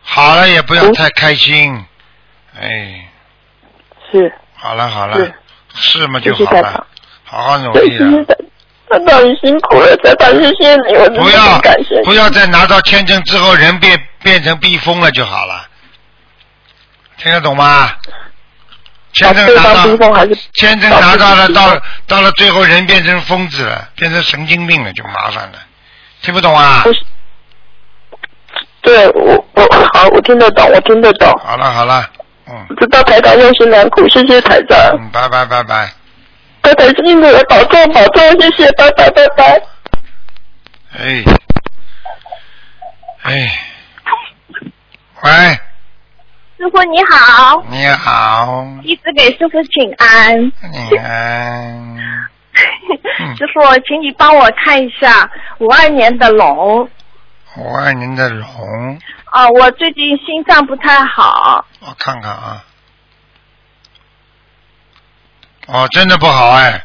A: 好了也不要太开心，哎，
F: 是，
A: 好了好了
F: 是，
A: 是嘛
F: 谢
A: 就
F: 谢
A: 好
F: 台
A: 了
F: 长，，
A: 好好努
F: 对，
A: 力啊
F: 谢谢
A: 了，
F: 台台长，你辛苦了，台长，谢谢你，我真的
A: 不要
F: 很感谢你。
A: 不要在拿到签证之后人变变成避风了就好了，听得懂吗？签
F: 把
A: 证
F: 啊对
A: 拿
F: 方
A: 到
F: 逼疯还是
A: 签证
F: 把
A: 拿
F: 自己
A: 到了，
F: 逼
A: 到
F: 疯
A: 了到了最后人变成疯子了，变成神经病了就麻烦了，听不懂啊？
F: 不是对我我好，我听得懂，我听得懂，
A: 好了好了，嗯
F: 知道台长用心良苦，谢谢台长，
A: 嗯，拜拜拜拜。
F: 台长辛苦了，保重保重，谢谢，拜拜拜拜。
A: 哎，哎，喂，
G: 师傅你好，
A: 你好，
G: 弟子给师傅请安。
A: 你安，嗯
G: 师傅，请你帮我看一下五二年的龙。
A: 我爱您的龙，
G: 啊、我最近心脏不太好，
A: 我看看啊。哦，真的不好哎，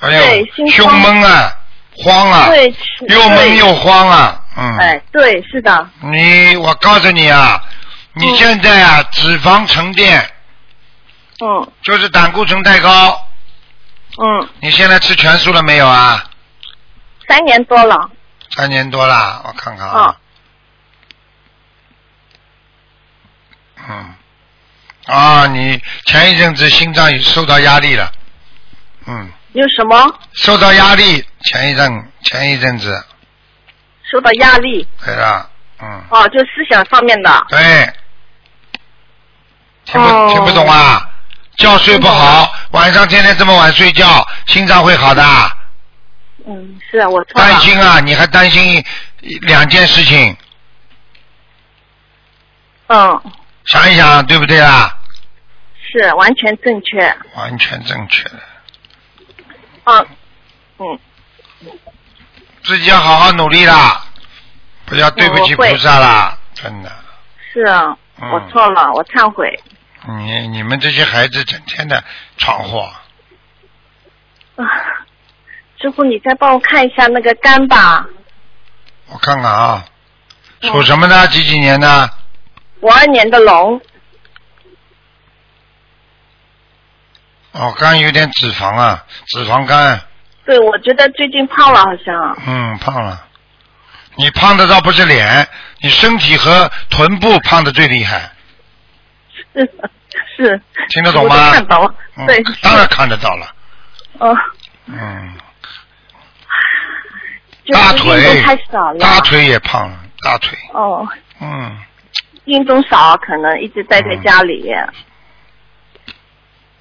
A: 哎
G: 对
A: 呦，
G: 心
A: 胸
G: 慌
A: 闷啊，慌啊，
G: 对，
A: 又
G: 对
A: 闷又慌啊，嗯，
G: 哎，对，是的，
A: 你我告诉你啊，你现在啊脂肪沉淀，
G: 嗯
A: 就是胆固醇太高，
G: 嗯，
A: 你现在吃全素了没有啊？
G: 三年多了，
A: 三年多啦，我看看啊
G: 啊。
A: 嗯。啊，你前一阵子心脏也受到压力了，嗯，
G: 有什么
A: 受到压力，前一阵前一阵子，
G: 受到压力？
A: 对了，嗯，
G: 哦，就思想方面的。
A: 对，听不、
G: 哦
A: 听不懂啊？觉睡不好，晚上天天这么晚睡觉，心脏会好的。
D: 嗯，是啊，我错了
A: 担。心啊，你还担心两件事情，
D: 嗯，
A: 想一想对不对啊？
D: 是完全正确。
A: 完全正确的，
G: 哦
D: 嗯，嗯，
A: 自己要好好努力啦，不要对不起
D: 我会
A: 菩萨啦，真的。
D: 是啊，
A: 嗯
D: 我错了，我忏悔。
A: 你你们这些孩子整天的闯祸，
D: 啊，师傅，你再帮我看一下那个肝吧。
A: 我看看啊，
D: 嗯
A: 属什么呢？几几年呢？
D: 五二年的龙，
A: 哦，肝有点脂肪啊，脂肪肝，
D: 对我觉得最近胖了，好像。
A: 嗯，胖了。你胖的倒不是脸，你身体和臀部胖的最厉害，
D: 是是。
A: 听得懂吗
D: 我都看到了，
A: 嗯
D: 对，，
A: 当然看得到了，
D: 嗯，
A: 嗯，
D: 就
A: 大
D: 是运
A: 腿
D: 动太少了。
A: 大。腿也胖了，大腿，
D: 哦，
A: 嗯，
D: 运动
E: 啊
D: 少，可能一直待在家里。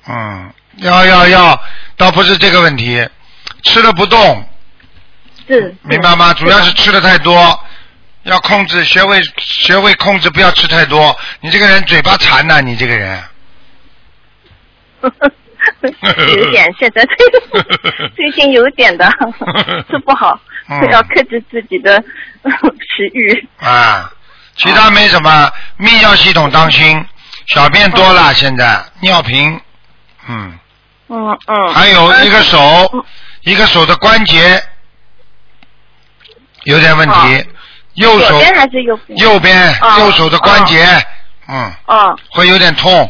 A: 嗯，要要要，倒不是这个问题，吃的不动，
D: 嗯是。
A: 明白吗？主要是吃的太多，要控制，学会学会控制，不要吃太多。你这个人嘴巴馋呐、你这个人。
D: 有一点，现在 最最近有一点 的，是不好，
A: 嗯
D: 要克制自己的 食欲。
A: 啊，其他没什么，泌尿系统当心，小便多
D: 啊
A: 了现在，尿频，嗯，
D: 嗯嗯。
A: 还有一个手
D: 嗯，
A: 一个手的关节有点问题
D: 哦，
A: 右
D: 左
A: 手
D: 边啊还是右边？
A: 右边
D: 哦
A: 右手的关节，嗯，
D: 哦，
A: 会有点痛，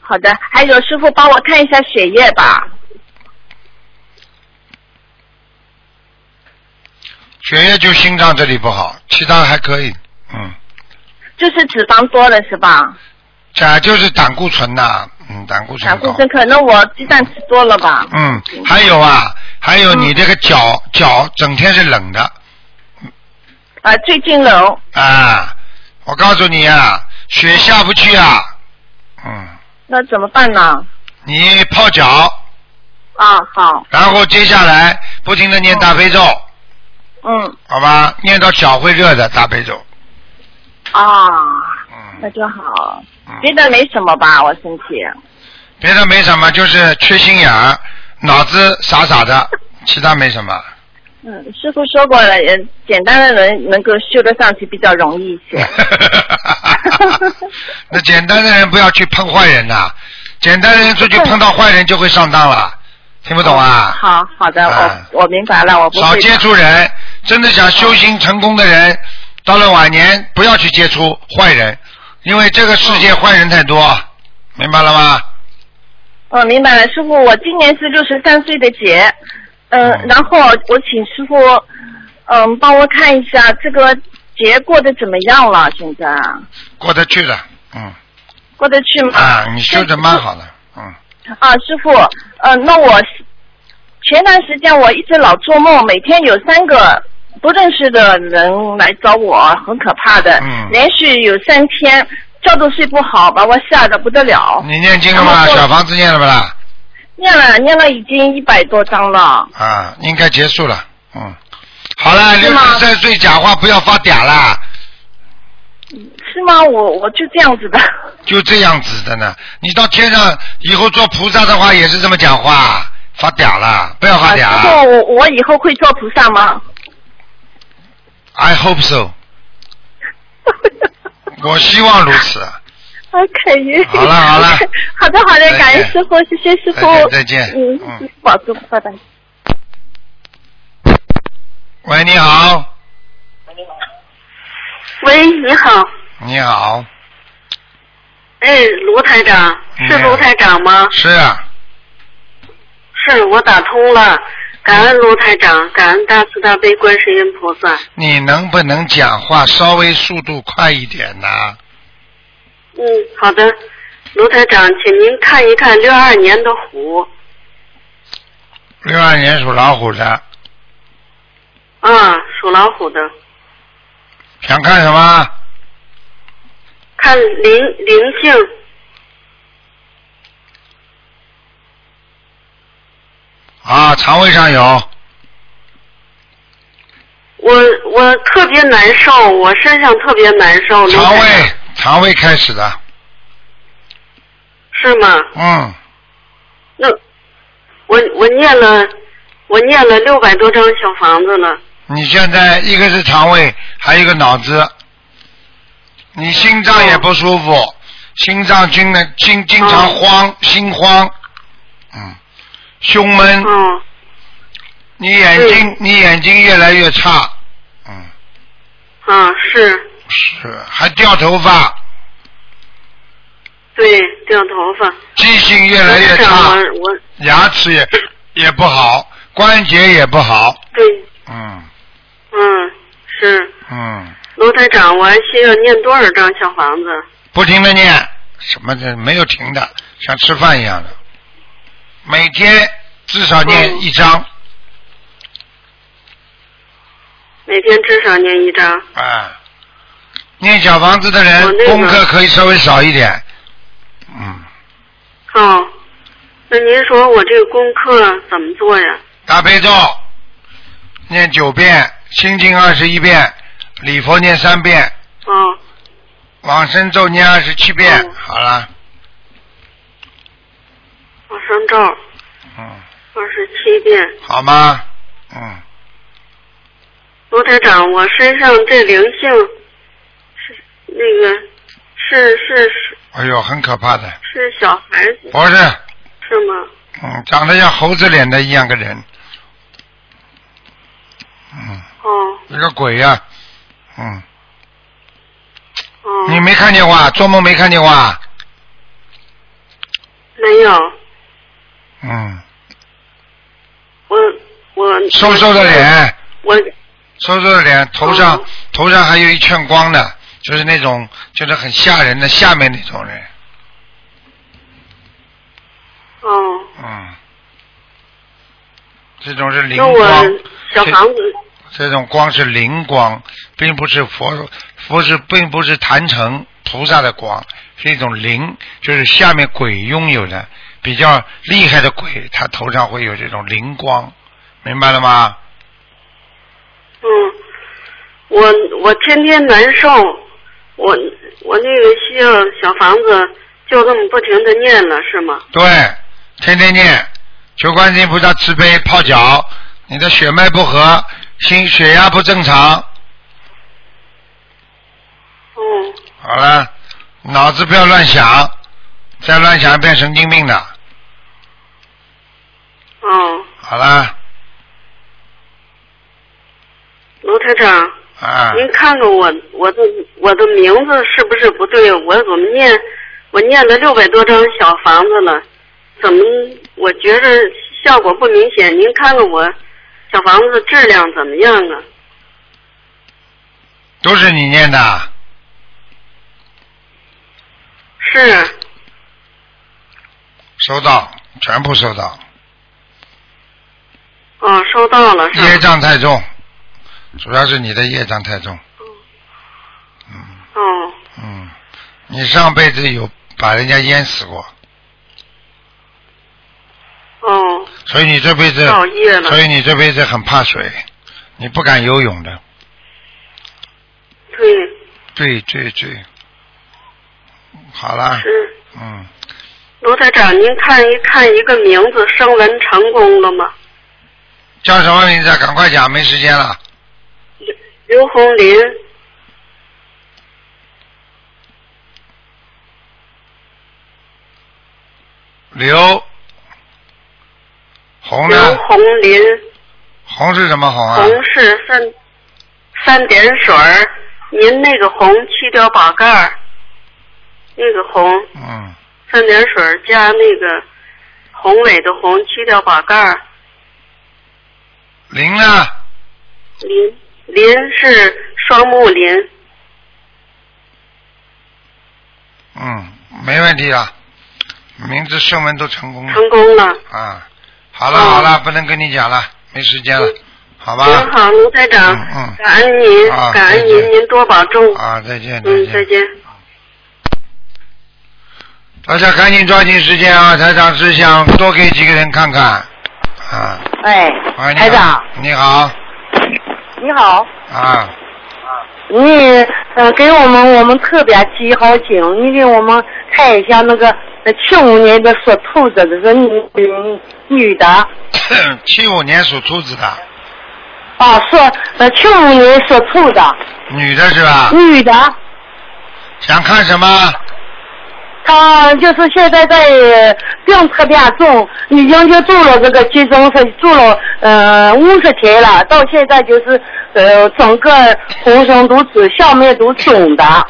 D: 好的。还有师傅帮我看一下血液吧。
A: 血液就心脏这里不好，其他还可以，嗯，
D: 就是脂肪多了是吧？
A: 这就是胆固醇呐、嗯，胆固醇
D: 胆固
A: 高，
D: 醇可能我鸡 蛋吃多了吧。
A: 嗯，还有啊，还有你这个脚脚整天是冷的。
D: 啊，最近冷，
A: 啊，我告诉你啊，雪下不去啊，嗯，
D: 那怎么办呢？
A: 你泡脚，
D: 啊，好，
A: 然后接下来不停的念大悲咒，
D: 嗯，
A: 好吧？念到脚会热的大悲咒，
D: 啊，那
A: 嗯，
D: 就好。
A: 嗯
D: 别的没什么吧，我身体。
A: 别的没什么，就是缺心眼儿，脑子傻傻的，其他没什么。
D: 嗯，师傅说过了，呃简单的人能够修得上去比较容易一 些。
A: 那简单的人不要去碰坏人呐、简单的人出去碰到坏人就会上当了，听不懂啊？
D: 哦好好的，
A: 啊
D: 我我明白了，我不
A: 少
D: 会。
A: 接触人，真的想修行成功的人，到了晚年不要去接触坏人，因为这个世
D: 哦
A: 界坏人太多，明白了吗？
D: 嗯，明白了，师傅，我今年是六十三岁的姐，嗯、
A: 嗯
D: 然后我请师傅，嗯、帮我看一下这个节过得怎么样了？现在
A: 过得去的，嗯
D: 过得去吗？
A: 啊，你修的蛮好的，嗯
D: 啊，师傅，呃，那我前段时间我一直老做梦，每天有三个不认识的人来找我，很可怕的，
A: 嗯
D: 连续有三天，觉都睡不好，把我吓得不得了。
A: 你念经了吗？
D: 然后
A: 小房子念了不啦？
D: 念了念了已经一百多张了，
A: 啊，应该结束了，嗯，好了，
D: 是
A: 六
D: 吗
A: 十三岁讲话不要发嗲啦，
D: 是吗？我我就这样子的。
A: 就这样子的呢。你到天上以后做菩萨的话也是这么讲话，发嗲啦，不要发
D: 啊，
A: 嗲。
D: 师傅， 我我以后会做菩萨吗？
A: I hope so，我希望如此。
D: 啊，可以。
A: 好了好了
D: 好的好的
A: 再见，
D: 感恩师傅，谢谢师傅。
A: 再见再见嗯
D: 嗯，保重，拜拜。
A: 喂，你好，
H: 喂，你好，
A: 你好，
H: 哎，卢台长，是
A: 嗯
H: 卢台长吗？
A: 是啊，
H: 是我打通了，感恩卢台长，感恩大慈大悲观世音菩萨。
A: 你能不能讲话稍微速度快一点呢、
H: 嗯，好的，卢台长，请您看一看六二年的虎，
A: 六二年属老虎的，
H: 啊，属老虎的，
A: 想看什么？
H: 看灵灵性，
A: 啊啊，肠胃上有，
H: 哦我我特别难受，我身上特别难受。刘
A: 肠
H: 台长
A: 胃肠胃开始的，
H: 是吗？
A: 嗯，
H: 那我我念了我念了六百多张小房子了，
A: 你现在一个是肠胃，还有一个脑子，你心脏也不舒服，心脏经呢经经常慌，心慌，嗯，胸闷，
H: 嗯，
A: 你眼睛你眼睛越来越差，嗯，
H: 啊是，
A: 是还掉头发，
H: 对，掉头发。
A: 记性越来越差，
H: 我我
A: 牙齿也也不好，关节也不好，
H: 对，
A: 嗯
H: 嗯是。
A: 嗯，
H: 卢台长，我还需要念多少张小房子？
A: 不停的念，什么这没有停的，像吃饭一样的，每天至少
H: 哦
A: 念一张，
H: 每天至少念一张。
A: 啊，念小房子的人、
H: 哦我那个
A: 功课可以稍微少一点，嗯，
H: 哦，那您说我这个功课怎么做呀？
A: 大悲咒念九遍，心经二十一遍，礼佛念三遍，
H: 哦，
A: 往生咒念二十七遍，
H: 嗯
A: 好了，
H: 往生咒
A: 嗯，
H: 二十七遍。
A: 好吗？嗯，
H: 卢台长，我身上这灵性是那个是是是
A: 哎呦，很可怕的，
H: 是小孩子
A: 不是，
H: 是吗？
A: 嗯，长得像猴子脸的一样个人，嗯，
H: 哦
A: 一个鬼呀、嗯，
H: 哦，
A: 你没看见过啊？做梦没看见过啊？
H: 没有，
A: 嗯，
H: 我我
A: 瘦瘦的，脸，
H: 我
A: 瘦瘦的脸，头上、
H: 哦
A: 头上还有一圈光的，就是那种就是很吓人的下面那种人，
H: 哦，
A: 嗯，这种是灵
H: 那我
A: 光，
H: 小房子
A: 这种光是灵光，并不是佛佛是并不是坛城菩萨的光，是一种灵，就是下面鬼拥有的比较厉害的鬼，他头上会有这种灵光，明白了吗？
H: 嗯，我我天天难受，我我那个需要小房子就这么不停的念了是吗？
A: 对，天天念，求观世音菩萨慈悲泡脚，你的血脉不和，心血压不正常，
H: 嗯，
A: 好了，脑子不要乱想，再乱想变神经病的，
H: 哦，
A: 好了，
H: 卢台长，
A: 啊，
H: 您看看我我的我的名字是不是不对？我怎么念？我念了六百多张小房子了，怎么我觉着效果不明显？您看看我小房子质量怎么样啊？
A: 都是你念的啊。
H: 是
A: 收到，全部收到。
H: 哦，收到了
A: 业
H: 是吧？
A: 障太重，主要是你的业障太重。
H: 哦
A: 嗯，你上辈子有把人家淹死过，
H: 哦，
A: 所以你这辈子，
H: 造业哦了。
A: 所以你这辈子很怕水，你不敢游泳的。
H: 对，
A: 对对对，好啦，
H: 是
A: 嗯，
H: 卢台长，您看一看一个名字声纹成功了吗？
A: 叫什么名字啊？赶快讲，没时间了。
H: 刘红林，
A: 刘红呢？
H: 刘红林，
A: 红是什么红啊？
H: 红是三三点水儿，您那个红去掉宝盖儿，那个红
A: 嗯，
H: 三点水儿加那个宏伟的宏去掉宝盖儿，
A: 林呢？
H: 林林是双木林，
A: 嗯，没问题啊，名字声纹都成功了。
H: 成功了。
A: 啊，好了好了，不能跟你讲了，没时间了，
H: 嗯
A: 好吧？
H: 您好，卢台长，
A: 嗯嗯
H: 感恩您，
A: 啊
H: 感恩
A: 再见
H: 您，您多保重。
A: 啊，再见
H: 嗯，再
A: 再见。
H: 见。
A: 大家赶紧抓紧时间啊，台长只想多给几个人看看，啊，
H: 哎，
A: 喂，你
H: 台
A: 好
H: 长，，
A: 你好，
H: 你好，
A: 啊，
H: 你呃给我们我们特别记好经，你给我们看一下那个七五年的属兔子的是女女女的，
A: 七五年属兔子的，
H: 啊是呃七五年属兔的
A: 女的是吧？
H: 女的，
A: 想看什么？
H: 她就是现在在病特别重，已经就住了这个集中是住了呃五十天了，到现在就是呃整个浑身都紫，下面都肿的。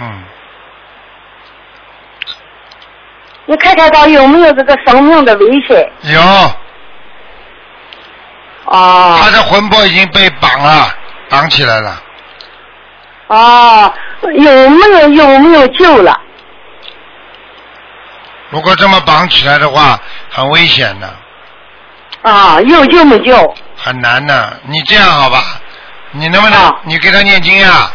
A: 嗯，
H: 你看看他有没有这个生命的危险
A: 有，
H: 啊？
A: 他的魂魄已经被绑了，绑起来了，
H: 啊，有没有有没有救了？
A: 如果这么绑起来的话，很危险的。
H: 啊，有救没救？
A: 很难的。你这样好吧？你能不能、你给他念经呀、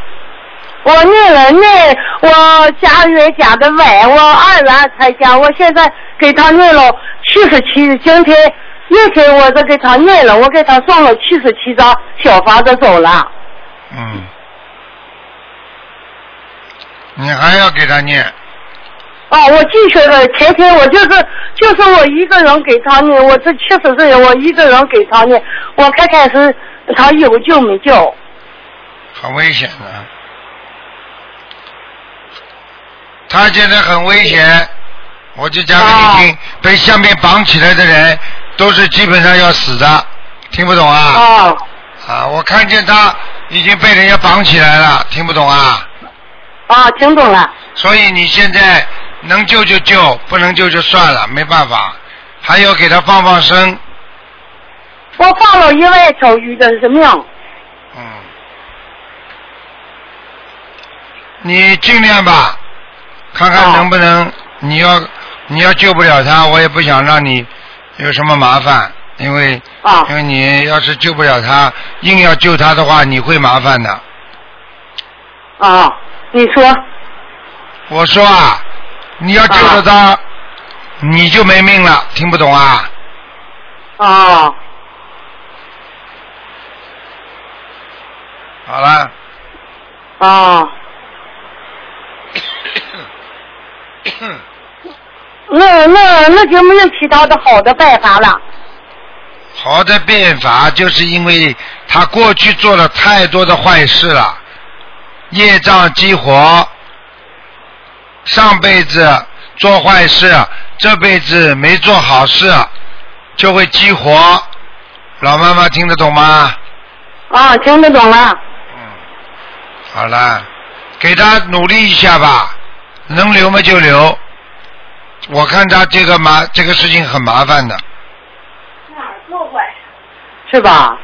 H: 我念了念，我家人加的晚，我二月二才加，我现在给他念了七十七，今天又给我这给他念了，我给他送了七十七张小房子走了。
A: 嗯。你还要给他念，
H: 啊，我继续了。前天我就是就是我一个人给他念，我这七十岁我一个人给他念，我看看是他有救没救。
A: 很危险的。他现在很危险，我就讲给你听，被下面绑起来的人都是基本上要死的，听不懂啊？
H: 啊
A: 啊，我看见他已经被人家绑起来了，听不懂啊？
H: 啊，听懂了。
A: 所以你现在能救就救，不能救就算了，没办法。还有给他放放生，
H: 我放了一万条鱼的命。
A: 嗯，你尽量吧，看看能不能。你要你要救不了他，我也不想让你有什么麻烦，因为、
H: 啊
A: 因为你要是救不了他，硬要救他的话，你会麻烦的。
H: 啊，你说。
A: 我说啊，你要救了他，你就没命了，听不懂啊？
H: 啊，
A: 好了，
H: 啊， 那那那就没有其他的好的办法了。
A: 好的变法就是因为他过去做了太多的坏事了，业障激活，上辈子做坏事，这辈子没做好事，就会激活。老妈妈听得懂吗？嗯
H: 啊，听得懂了。
A: 好了，给他努力一下吧，能留嘛就留。我看他这个麻这个事情很麻烦的。
H: 是吧？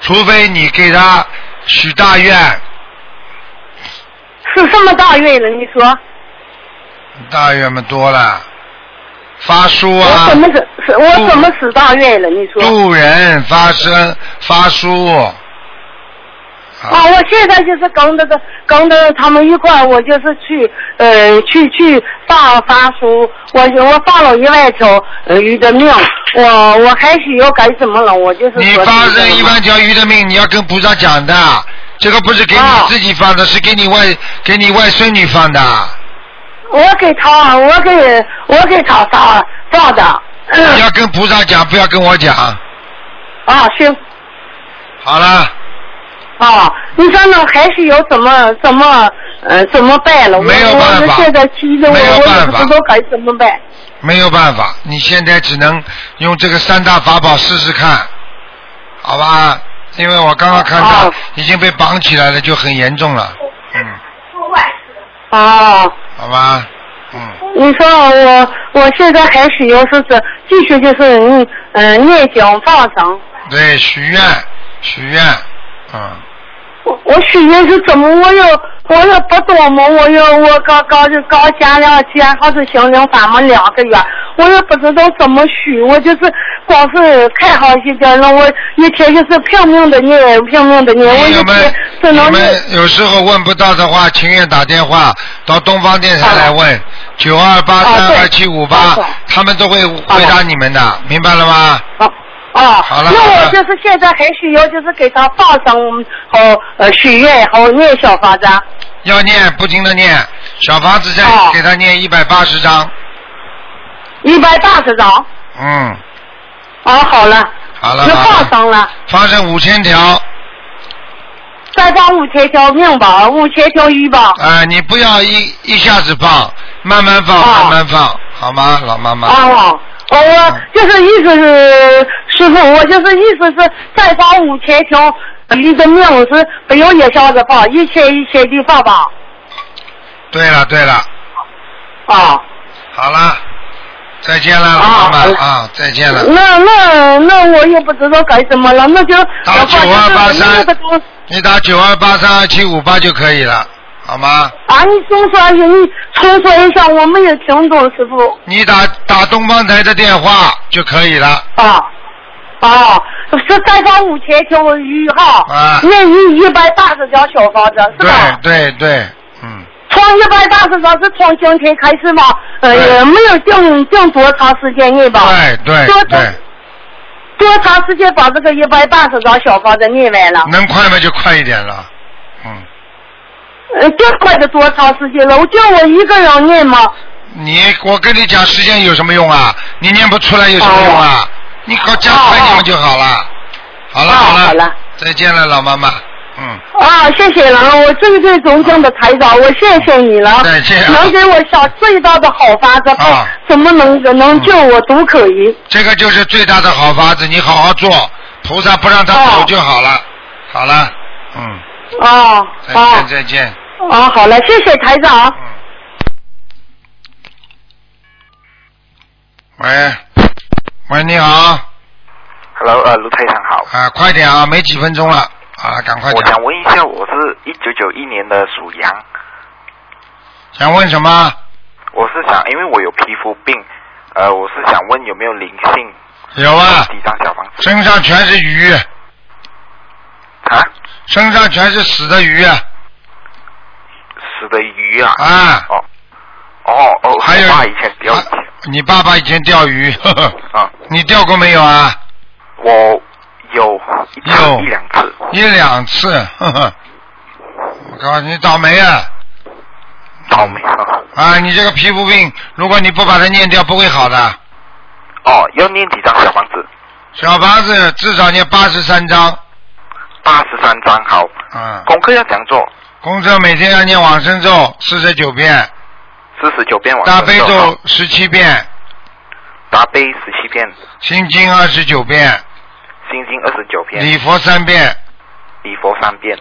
A: 除非你给他许大愿，
H: 是什么大运了？你说
A: 大愿嘛多了，发书啊
H: 我，怎么是是我怎么使大运了？你说
A: 渡人发声发书，
H: 啊，我现在就是跟那个跟着他们一块儿，我就是去呃去去发发书，我我放了一万条呃鱼的命，我我还需要干什么了？我 就是
A: 你
H: 说
A: 发
H: 这个
A: 生一万条鱼的命，你要跟菩萨讲的，这个不是给你自己放的，是给你外给你外孙女放的，
H: 我给他，我给我给他发放的
A: 你要跟菩萨讲，不要跟我讲。
H: 啊，行
A: 好了，
H: 啊，你说呢？还是有怎么怎么呃怎么办了？没有办
A: 法
H: 我现在急着我
A: 没有
H: 我也
A: 办
H: 不
A: 法
H: 知道该怎么办。
A: 没有办法，你现在只能用这个三大法宝试试看，好吧？因为我刚刚看到已经被绑起来了，就很严重了，嗯
H: 啊，
A: 好吧？嗯
H: 你说我我现在还是有是是继续就是嗯嗯念经放生，
A: 对，许愿，许愿，嗯，
H: 我我许愿是怎么？我有我有不懂嘛？我有我刚刚是刚加了加还是心灵法门两个月，我也不知道怎么许，我就是光是看好些的，那我一天就是拼命的念，拼命的念，我一天只
A: 哎你
H: 能
A: 们有时候问不到的话，情愿打电话到东方电台来问，九二八
H: 啊
A: 三
H: 哦对
A: 二七五八
H: 好的，
A: 他们都会回答你们的，明白了吗？
H: 啊，
A: 好了
H: 那
A: 好
H: 我
A: 了
H: 就是现在很需要，就是给他放生和呃许愿和念小房子。啊
A: 要念，不停的念，小房子再
H: 哦
A: 给他念一百八十章，
H: 一百八十张。
A: 嗯，
H: 啊，好了，
A: 好了，
H: 那
A: 好
H: 放
A: 了
H: 生了，
A: 放生五千条，啊、
H: 再放五千条命吧，五千条鱼吧。
A: 呃你不要一一下子放，慢慢放，
H: 哦
A: 慢慢放，好吗，嗯老妈妈？
H: 啊，我我就是意思是，师傅，我就是意思是再放五千条鱼的命是不用一下子放，一千一千的放吧。
A: 对了对了，
H: 啊。
A: 好了，再见了，老妈
H: 啊
A: 妈
H: 好了
A: 啊，再见了。
H: 那那那我也不知道干什么了，那就
A: 打
H: 我
A: 九
H: 放
A: 二啊八
H: 就是那
A: 三
H: 个东，
A: 你打九二八三二七五八就可以了，好吗？
H: 啊，你重说一下，你重说一下，我没有听懂，师傅。
A: 你打打东方台的电话就可以了。
H: 啊啊，是再放五千条鱼哈，
A: 啊
H: 那一一百八十张小房子是
A: 对
H: 吧？
A: 对对，嗯，
H: 从一百八十张是从今天开始吗？呃，
A: 对
H: 也没有定定多长时间内吧？
A: 对对
H: 多
A: 对，
H: 多长时间把这个一百八十张小房子念完了？
A: 能快吗？就快一点了。嗯，
H: 呃，这快得多长时间了？我叫我一个人念吗？
A: 你我跟你讲，时间有什么用啊？你念不出来有什么用
H: 哦
A: 啊？你搞加快你们就好了。好了
H: 啊
A: 好了，
H: 好了
A: 再见了，老妈妈。嗯，
H: 啊，谢谢了，我这个是尊敬的台长，我谢谢你了，
A: 再见啊
H: 能给我想最大的好法子，
A: 啊
H: 怎么能能救我都可以。
A: 这个就是最大的好法子，你好好做，菩萨不让他走就好了。好了，嗯，
H: 啊
A: 再
H: 啊
A: 见再见。
H: 啊！好了，谢谢台长。
A: 嗯。喂，喂，你好，
I: Hello，呃，卢台长好，
A: 啊，快点啊，没几分钟了，啊，赶快
I: 我
A: 讲，
I: 想问一下，我是一九九一年的属羊，
A: 想问什么？
I: 我是想，因为我有皮肤病，呃，我是想问有没有灵性？
A: 有啊，
I: 几张小房子
A: 身上全是鱼，
I: 啊？
A: 身上全是死的鱼，
I: 死的鱼啊？
A: 啊
I: 哦，哦哦，
A: 还有
I: 我爸以前钓
A: 啊
I: 鱼
A: 你爸爸以前钓鱼， 呵呵，
I: 啊，
A: 你钓过没有啊？
I: 我有一次
A: 有
I: 一两次，
A: 一两次， 呵呵，我告诉你倒霉啊！
I: 倒霉啊！
A: 啊，你这个皮肤病，如果你不把它念掉，不会好的。
I: 哦，要念几张小房子？
A: 小房子至少念八十三章，
I: 八十三张好，
A: 啊，
I: 功课要怎样做？
A: 功课每天要念往生咒四十九遍，
I: 四十九遍往
A: 大
I: 生
A: 悲
I: 咒
A: 咒
I: 好
A: 十七遍，
I: 大悲十七遍，
A: 心经二十九遍，
I: 心经二十九遍，
A: 礼佛三遍，
I: 礼佛三遍。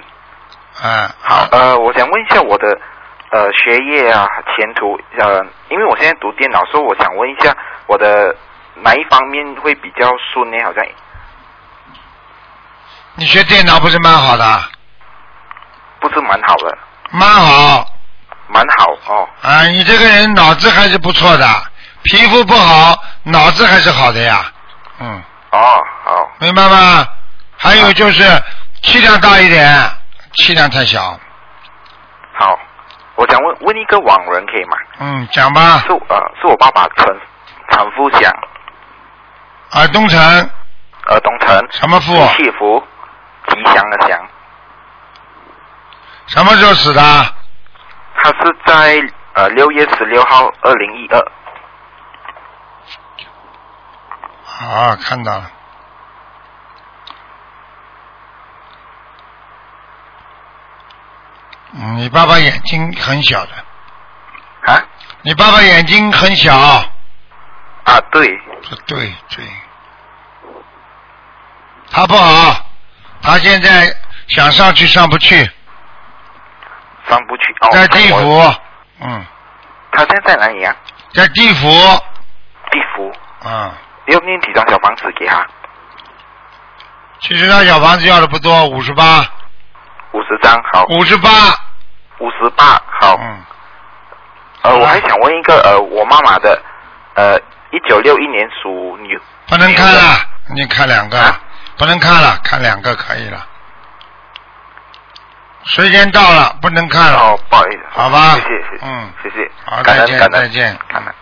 A: 啊，
I: 好，呃，我想问一下我的呃学业啊前途，呃，因为我现在读电脑，所以我想问一下我的哪一方面会比较顺呢？好像
A: 你学电脑不是蛮好的，
I: 不是蛮好的，
A: 蛮好
I: 蛮好哦。
A: 啊，你这个人脑子还是不错的，皮肤不好，脑子还是好的呀，嗯，
I: 哦，好，
A: 明白吗？还有就是气量大一点，气量太小，
I: 好，我想问问一个网人可以吗？
A: 嗯，讲吧
I: 是，呃，是我爸爸陈陈富祥，
A: 啊，东城
I: 呃，东城，
A: 什么富？啊
I: 幸福，吉祥的祥，
A: 什么时候死的？
I: 他是在呃六月十六号，二零一二，
A: 啊，看到了。嗯，你爸爸眼睛很小的，
I: 啊
A: 你爸爸眼睛很小，
I: 啊，对，
A: 这对对，他不好，他现在想上去上不去，
I: 上不去哦，
A: 在地
I: 我
A: 府，嗯，
I: 他现在在哪里啊？
A: 在地府，
I: 地府
A: 啊，
I: 要念几张小房子给他？
A: 其实他小房子要的不多，五十八，
I: 五十张好，
A: 五十八，
I: 五十八好。
A: 嗯，
I: 呃，我还想问一个，呃，我妈妈的，呃，一九六一年属牛，
A: 不能看了，你看两个
I: 啊，
A: 不能看了，看两个可以了。时间到了，不能看了。
I: 哦，不好意思。
A: 嗯好吧
I: 谢谢，谢谢，
A: 嗯，
I: 谢谢。
A: 好，
I: 感
A: 再
I: 恩
A: 见，
I: 感恩
A: 再见。
I: 感恩。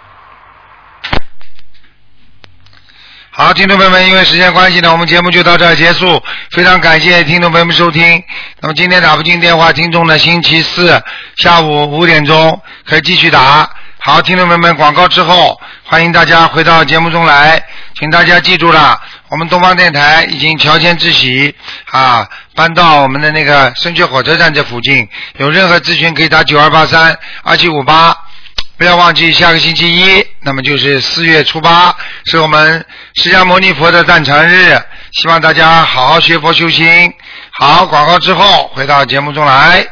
A: 好，听众朋友们，因为时间关系呢，我们节目就到这儿结束。非常感谢听众朋友们收听。那么今天打不进电话，听众呢，星期四下午五点钟可以继续打。好，听众朋友们，广告之后，欢迎大家回到节目中来，请大家记住了，我们东方电台已经乔迁之喜啊，搬到我们的那个深圳火车站这附近。有任何咨询可以打九二八三二七五八。不要忘记下个星期一，那么就是四月初八，是我们释迦牟尼佛的诞辰日。希望大家好好学佛修心。好，广告之后回到节目中来。